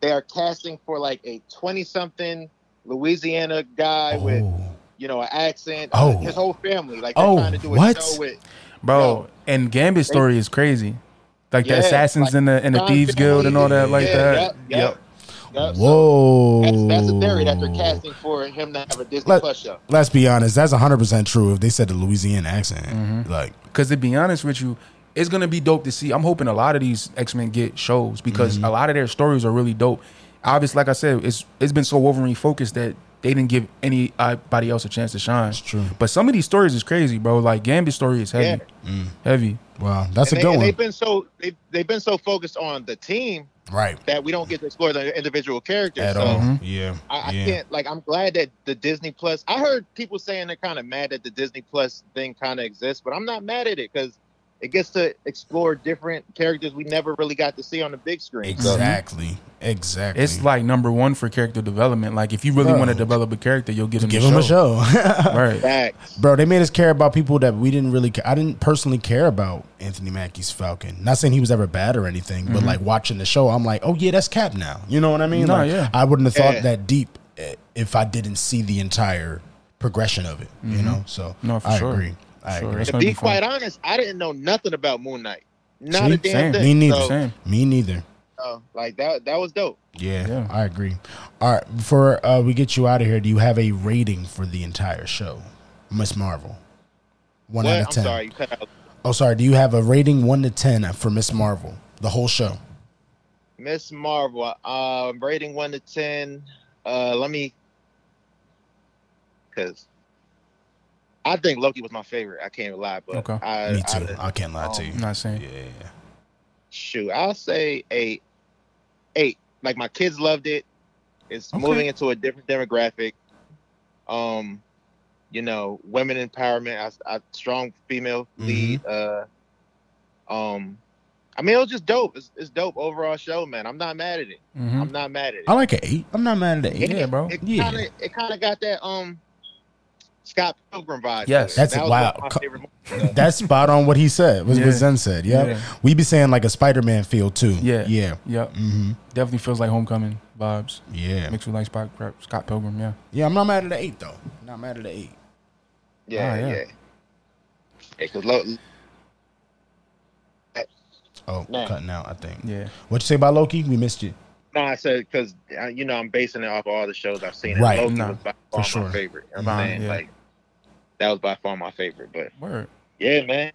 Speaker 1: they are casting for like a twenty-something Louisiana guy with
Speaker 4: Oh.
Speaker 1: you know an accent. uh,
Speaker 4: Oh.
Speaker 1: his whole family like they're
Speaker 4: Oh,
Speaker 1: trying to do a
Speaker 4: what?
Speaker 1: show with
Speaker 3: Bro,
Speaker 1: Yo.
Speaker 3: and Gambit's story is crazy. Like the
Speaker 1: Yeah,
Speaker 3: assassins
Speaker 1: like,
Speaker 3: and the and the
Speaker 1: Don
Speaker 3: thieves guild and all that, like
Speaker 1: yeah,
Speaker 3: that.
Speaker 1: Yep, yep,
Speaker 4: Oh.
Speaker 1: yep. So
Speaker 4: whoa,
Speaker 1: That's, that's a theory that they're casting for him to have a Disney
Speaker 4: Let-
Speaker 1: Plus show.
Speaker 4: Let's be honest, that's hundred percent true. If they said the Louisiana accent,
Speaker 3: Mm-hmm.
Speaker 4: like
Speaker 3: Because to be honest with you, it's gonna be dope to see. I'm hoping a lot of these X Men get shows because
Speaker 4: Mm-hmm.
Speaker 3: a lot of their stories are really dope. Obviously, like I said, it's it's been so Wolverine focused that they didn't give anybody else a chance to shine. That's
Speaker 4: true.
Speaker 3: But some of these stories is crazy, bro. Like Gambit's story is heavy,
Speaker 4: Mm.
Speaker 3: heavy.
Speaker 4: wow, that's
Speaker 1: And
Speaker 4: a
Speaker 1: they,
Speaker 4: good
Speaker 1: and
Speaker 4: one,
Speaker 1: they've been so they they've been so focused on the team
Speaker 4: right?
Speaker 1: that we don't get to explore the individual characters
Speaker 4: At
Speaker 1: so
Speaker 4: all,
Speaker 3: Mm-hmm.
Speaker 4: yeah,
Speaker 1: I, I
Speaker 4: yeah.
Speaker 1: can't like I'm glad that the Disney Plus. I heard people saying they're kind of mad that the Disney Plus thing kind of exists, but I'm not mad at it because it gets to explore different characters we never really got to see on the big screen. So,
Speaker 4: Exactly. Exactly.
Speaker 3: It's like number one for character development. Like if you really
Speaker 4: Bro.
Speaker 3: want to develop a character, you'll give him
Speaker 4: give
Speaker 3: a
Speaker 4: him a
Speaker 3: show.
Speaker 4: show.
Speaker 3: Right.
Speaker 1: facts.
Speaker 4: Bro, they made us care about people that we didn't really care. I didn't personally care about Anthony Mackie's Falcon. Not saying he was ever bad or anything, but like watching the show, I'm like, oh yeah, that's Cap now. You know what I mean?
Speaker 3: Mm-hmm. No,
Speaker 4: Like,
Speaker 3: yeah.
Speaker 4: I wouldn't have thought
Speaker 1: Yeah.
Speaker 4: that deep eh, if I didn't see the entire progression of it. You know? So
Speaker 3: Mm-hmm. No, for
Speaker 4: I
Speaker 3: sure.
Speaker 4: agree. I
Speaker 3: Sure.
Speaker 4: agree.
Speaker 3: It's
Speaker 1: To
Speaker 3: gonna
Speaker 1: be
Speaker 3: be fun.
Speaker 1: quite honest, I didn't know nothing about Moon Knight. Not
Speaker 3: See?
Speaker 1: a damn
Speaker 3: Same.
Speaker 1: thing.
Speaker 4: Me neither.
Speaker 1: So,
Speaker 3: Same.
Speaker 4: Me neither.
Speaker 1: uh, like that that was dope.
Speaker 4: Yeah,
Speaker 3: Yeah.
Speaker 4: I agree. All right, before uh, we get you out of here, do you have a rating for the entire show, Miss Marvel? One
Speaker 1: What?
Speaker 4: out
Speaker 1: I'm
Speaker 4: of 10
Speaker 1: sorry, you cut out
Speaker 4: Oh, sorry. Do you have a rating one to ten for Miss Marvel, the whole show?
Speaker 1: Miss Marvel. Uh, rating one to ten. Uh, let me, because I think Loki was my favorite. I can't lie, but
Speaker 3: Okay.
Speaker 1: I,
Speaker 4: Me too.
Speaker 1: I-
Speaker 4: I, can't lie to you.
Speaker 3: I'm not saying.
Speaker 4: Yeah.
Speaker 1: shoot, I'll say a eight. Like my kids loved it. It's
Speaker 3: Okay.
Speaker 1: moving into a different demographic. Um, you know, women empowerment. I, I strong female
Speaker 3: Mm-hmm.
Speaker 1: lead. Uh, um, I mean, it was just dope. It's, it's dope overall show, man. I'm not mad at it.
Speaker 3: Mhm.
Speaker 1: I'm not mad at it.
Speaker 4: I like an eight. I'm not mad at an eight.
Speaker 3: Yeah, bro.
Speaker 1: It
Speaker 4: Yeah.
Speaker 1: kind of it kind of got that um Scott Pilgrim vibes.
Speaker 3: Yes.
Speaker 1: That
Speaker 4: That's
Speaker 1: was
Speaker 4: wow.
Speaker 1: one of
Speaker 4: Co-
Speaker 1: my
Speaker 3: Oh,
Speaker 1: favorite movies.
Speaker 4: That's spot on what he said. Was
Speaker 3: Yeah.
Speaker 4: what Zen said. Yep.
Speaker 3: Yeah.
Speaker 4: We be saying like a Spider Man feel too.
Speaker 3: Yeah.
Speaker 4: Yeah.
Speaker 3: Yep.
Speaker 4: Mm-hmm.
Speaker 3: Definitely feels like homecoming vibes.
Speaker 4: Yeah.
Speaker 3: Makes you like Spot- Scott Pilgrim. Yeah.
Speaker 4: Yeah. I'm not mad at the eight though. Not mad at the eight.
Speaker 1: Yeah,
Speaker 3: Ah, yeah.
Speaker 1: yeah. yeah. Because low,
Speaker 4: Oh,
Speaker 1: Nah.
Speaker 4: cutting out. I think.
Speaker 3: Yeah.
Speaker 4: What you say about Loki? We missed you.
Speaker 1: no, I said because you know I'm basing it off all the shows I've seen. and
Speaker 4: Right.
Speaker 1: Loki
Speaker 3: Nah,
Speaker 1: was by
Speaker 4: for
Speaker 1: far
Speaker 4: sure.
Speaker 1: my favorite. You know what
Speaker 3: Nah,
Speaker 1: I'm saying
Speaker 3: yeah.
Speaker 1: like that was by far my favorite. But
Speaker 3: Word.
Speaker 1: yeah, man,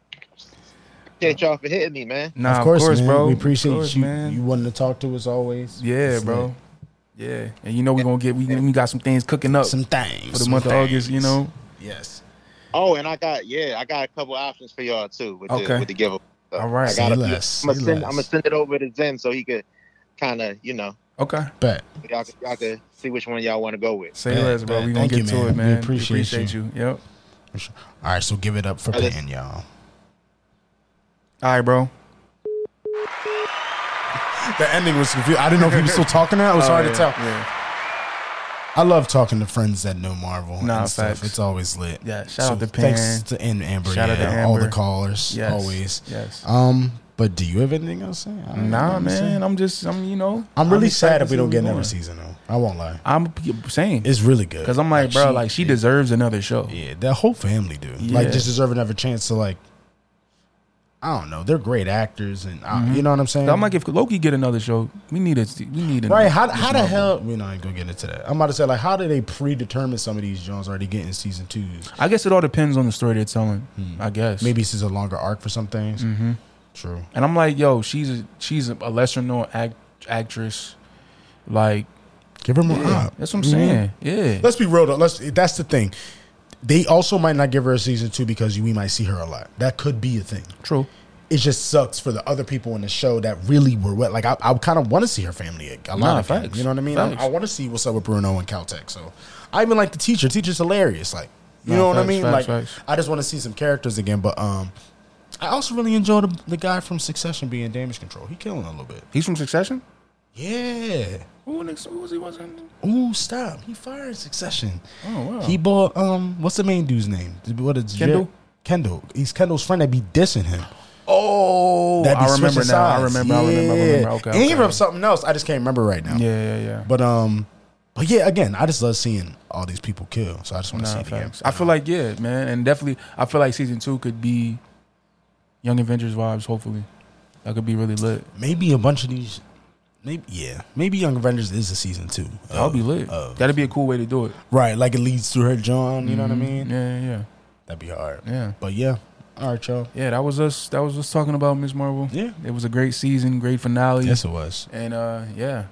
Speaker 1: appreciate y'all for hitting me, man.
Speaker 3: Nah,
Speaker 4: of course, man.
Speaker 3: bro.
Speaker 4: We
Speaker 3: Of
Speaker 4: appreciate
Speaker 3: course,
Speaker 4: you.
Speaker 3: man.
Speaker 4: You wanting to talk to us always.
Speaker 3: yeah,
Speaker 4: It's
Speaker 3: bro.
Speaker 4: lit.
Speaker 3: Yeah, and you know we're gonna get we, we got some things cooking up
Speaker 4: Some things
Speaker 3: for the
Speaker 4: some
Speaker 3: month of August. You
Speaker 4: things.
Speaker 3: know,
Speaker 4: Yes.
Speaker 1: Oh, and I got yeah, I got a couple options for y'all too with
Speaker 3: Okay.
Speaker 1: the with the giveaway. So
Speaker 3: All right.
Speaker 1: I got
Speaker 4: Say
Speaker 1: I'm
Speaker 4: less,
Speaker 1: gonna
Speaker 4: say
Speaker 1: send
Speaker 4: less.
Speaker 1: I'm gonna send it over to Zen so he could kind of you know
Speaker 3: okay.
Speaker 4: But
Speaker 1: y'all could, y'all could see which one y'all want to go with.
Speaker 3: Say
Speaker 4: Bet,
Speaker 3: less, bro.
Speaker 4: bet.
Speaker 3: We gonna
Speaker 4: Thank you,
Speaker 3: get to
Speaker 4: man.
Speaker 3: it,
Speaker 4: We
Speaker 3: man. We
Speaker 4: appreciate
Speaker 3: you. Yep.
Speaker 4: all right, so give it up for
Speaker 1: Okay.
Speaker 4: Peyton, y'all.
Speaker 3: All right, bro.
Speaker 4: The ending was confused. I didn't know if he was still talking. Or not. It was
Speaker 3: Oh,
Speaker 4: hard
Speaker 3: yeah,
Speaker 4: to tell.
Speaker 3: Yeah.
Speaker 4: I love talking to friends that know Marvel
Speaker 3: Nah,
Speaker 4: and stuff.
Speaker 3: facts.
Speaker 4: It's always lit.
Speaker 3: Yeah, shout out to
Speaker 4: Thanks
Speaker 3: Pan.
Speaker 4: to and Amber.
Speaker 3: Shout out
Speaker 4: yeah,
Speaker 3: to
Speaker 4: all the
Speaker 3: Amber.
Speaker 4: callers.
Speaker 3: Yes.
Speaker 4: Always.
Speaker 3: Yes.
Speaker 4: Um, but do you have anything else? to say? I don't
Speaker 3: Nah,
Speaker 4: know.
Speaker 3: man. I'm just. I'm. You know.
Speaker 4: I'm really
Speaker 3: excited
Speaker 4: sad
Speaker 3: to
Speaker 4: if
Speaker 3: see
Speaker 4: we don't
Speaker 3: where
Speaker 4: get
Speaker 3: we
Speaker 4: another
Speaker 3: going.
Speaker 4: season though. I won't lie.
Speaker 3: I'm p- saying
Speaker 4: It's really good.
Speaker 3: because I'm like, bro, like she
Speaker 4: yeah,
Speaker 3: deserves another show.
Speaker 4: Yeah, that whole family do.
Speaker 3: Yeah.
Speaker 4: Like just deserve another chance to like. I don't know. They're great actors, and uh,
Speaker 3: Mm-hmm.
Speaker 4: you know what I'm saying.
Speaker 3: I'm like, if Loki get another show, we need it. We need it.
Speaker 4: Right? How, how the hell? We not gonna get into that. I'm about to say like, how do they predetermine some of these Jones already getting season twos?
Speaker 3: I guess it all depends on the story they're telling. I guess
Speaker 4: Hmm. Maybe this is a longer arc for some things. Mm-hmm. True.
Speaker 3: And I'm like, yo, she's a, she's a lesser known act, actress. Like
Speaker 4: Give her more up. Mm-hmm.
Speaker 3: that's what I'm saying. Yeah,
Speaker 4: Let's be real though. Let's. That's the thing. They also might not give her a season two because we might see her a lot. That could be a thing.
Speaker 3: true.
Speaker 4: It just sucks for the other people in the show that really were wet. Like I, I kind of want to see her family a, a lot.
Speaker 3: Nah,
Speaker 4: of them,
Speaker 3: facts.
Speaker 4: You know what I mean?
Speaker 3: Facts.
Speaker 4: I, want to see what's up with Bruno and Caltech. So I even like the teacher. Teacher's hilarious. Like you
Speaker 3: Nah,
Speaker 4: know what I
Speaker 3: facts,
Speaker 4: mean?
Speaker 3: facts,
Speaker 4: like
Speaker 3: facts.
Speaker 4: I just want to see some characters again. But um, I also really enjoy the, the guy from Succession being Damage Control. He killing a little bit.
Speaker 3: He's from Succession.
Speaker 4: Yeah.
Speaker 3: Who, next, who was he? Wasn't?
Speaker 4: Ooh, stop! He fired Succession.
Speaker 3: Oh wow.
Speaker 4: He bought um, what's the main dude's name? What is
Speaker 3: Kendall?
Speaker 4: Kendall. He's Kendall's friend that be dissing him.
Speaker 3: oh,
Speaker 4: That be
Speaker 3: I remember now.
Speaker 4: switching
Speaker 3: I
Speaker 4: sides.
Speaker 3: remember. I remember. I
Speaker 4: Yeah.
Speaker 3: remember. Okay.
Speaker 4: And
Speaker 3: okay.
Speaker 4: he from something else. I just can't remember right now.
Speaker 3: yeah, yeah, yeah.
Speaker 4: But um, but yeah, again, I just love seeing all these people kill. So I just want to see
Speaker 3: Nah,
Speaker 4: it again.
Speaker 3: facts. I feel like yeah, man, and definitely, I feel like season two could be Young Avengers vibes. Hopefully, that could be really lit.
Speaker 4: maybe a bunch of these. Maybe yeah, maybe Young Avengers is a season two.
Speaker 3: That'll
Speaker 4: of-
Speaker 3: be lit.
Speaker 4: of-
Speaker 3: That'd be a cool way to do it.
Speaker 4: right, like it leads through her John. You know what I mean?
Speaker 3: Mm-hmm. Yeah, yeah, yeah,
Speaker 4: That'd be hard.
Speaker 3: yeah.
Speaker 4: But yeah, all right, y'all.
Speaker 3: Yeah, that was us. That was us talking about Miss Marvel.
Speaker 4: Yeah.
Speaker 3: it was a great season, great finale.
Speaker 4: Yes, it was.
Speaker 3: And uh, yeah,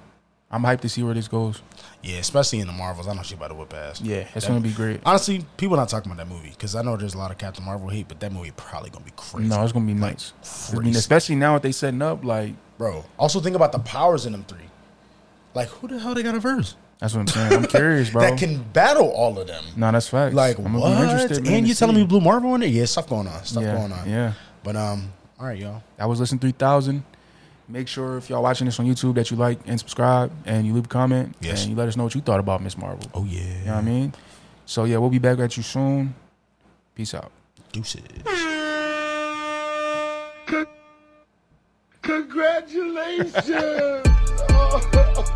Speaker 3: I'm hyped to see where this goes.
Speaker 4: Yeah, especially in the Marvels. I know she about to whip ass.
Speaker 3: Yeah, it's
Speaker 4: That-
Speaker 3: gonna be great.
Speaker 4: Honestly, people not talking about that movie because I know there's a lot of Captain Marvel hate, but that movie probably gonna be crazy.
Speaker 3: No, it's gonna be nuts. I mean,
Speaker 4: crazy.
Speaker 3: especially now what they setting up, like
Speaker 4: bro. Also, think about the powers in them three. Like, who the hell they got a verse
Speaker 3: that's what I'm saying. I'm curious, bro.
Speaker 4: that can battle all of them?
Speaker 3: no, that's facts.
Speaker 4: Like,
Speaker 3: I'm
Speaker 4: what?
Speaker 3: man,
Speaker 4: and
Speaker 3: to
Speaker 4: you telling
Speaker 3: see.
Speaker 4: me Blue Marvel in there? Yeah, stuff going on. Stuff
Speaker 3: yeah,
Speaker 4: going on.
Speaker 3: Yeah,
Speaker 4: But um, all right, y'all.
Speaker 3: that was listen three thousand. Make sure if y'all watching this on YouTube that you like and subscribe and you leave a comment
Speaker 4: Yes.
Speaker 3: and you let us know what you thought about Miss Marvel.
Speaker 4: Oh yeah.
Speaker 3: You know what I mean? So yeah, we'll be back at you soon. Peace out.
Speaker 4: Deuces.
Speaker 5: Congratulations!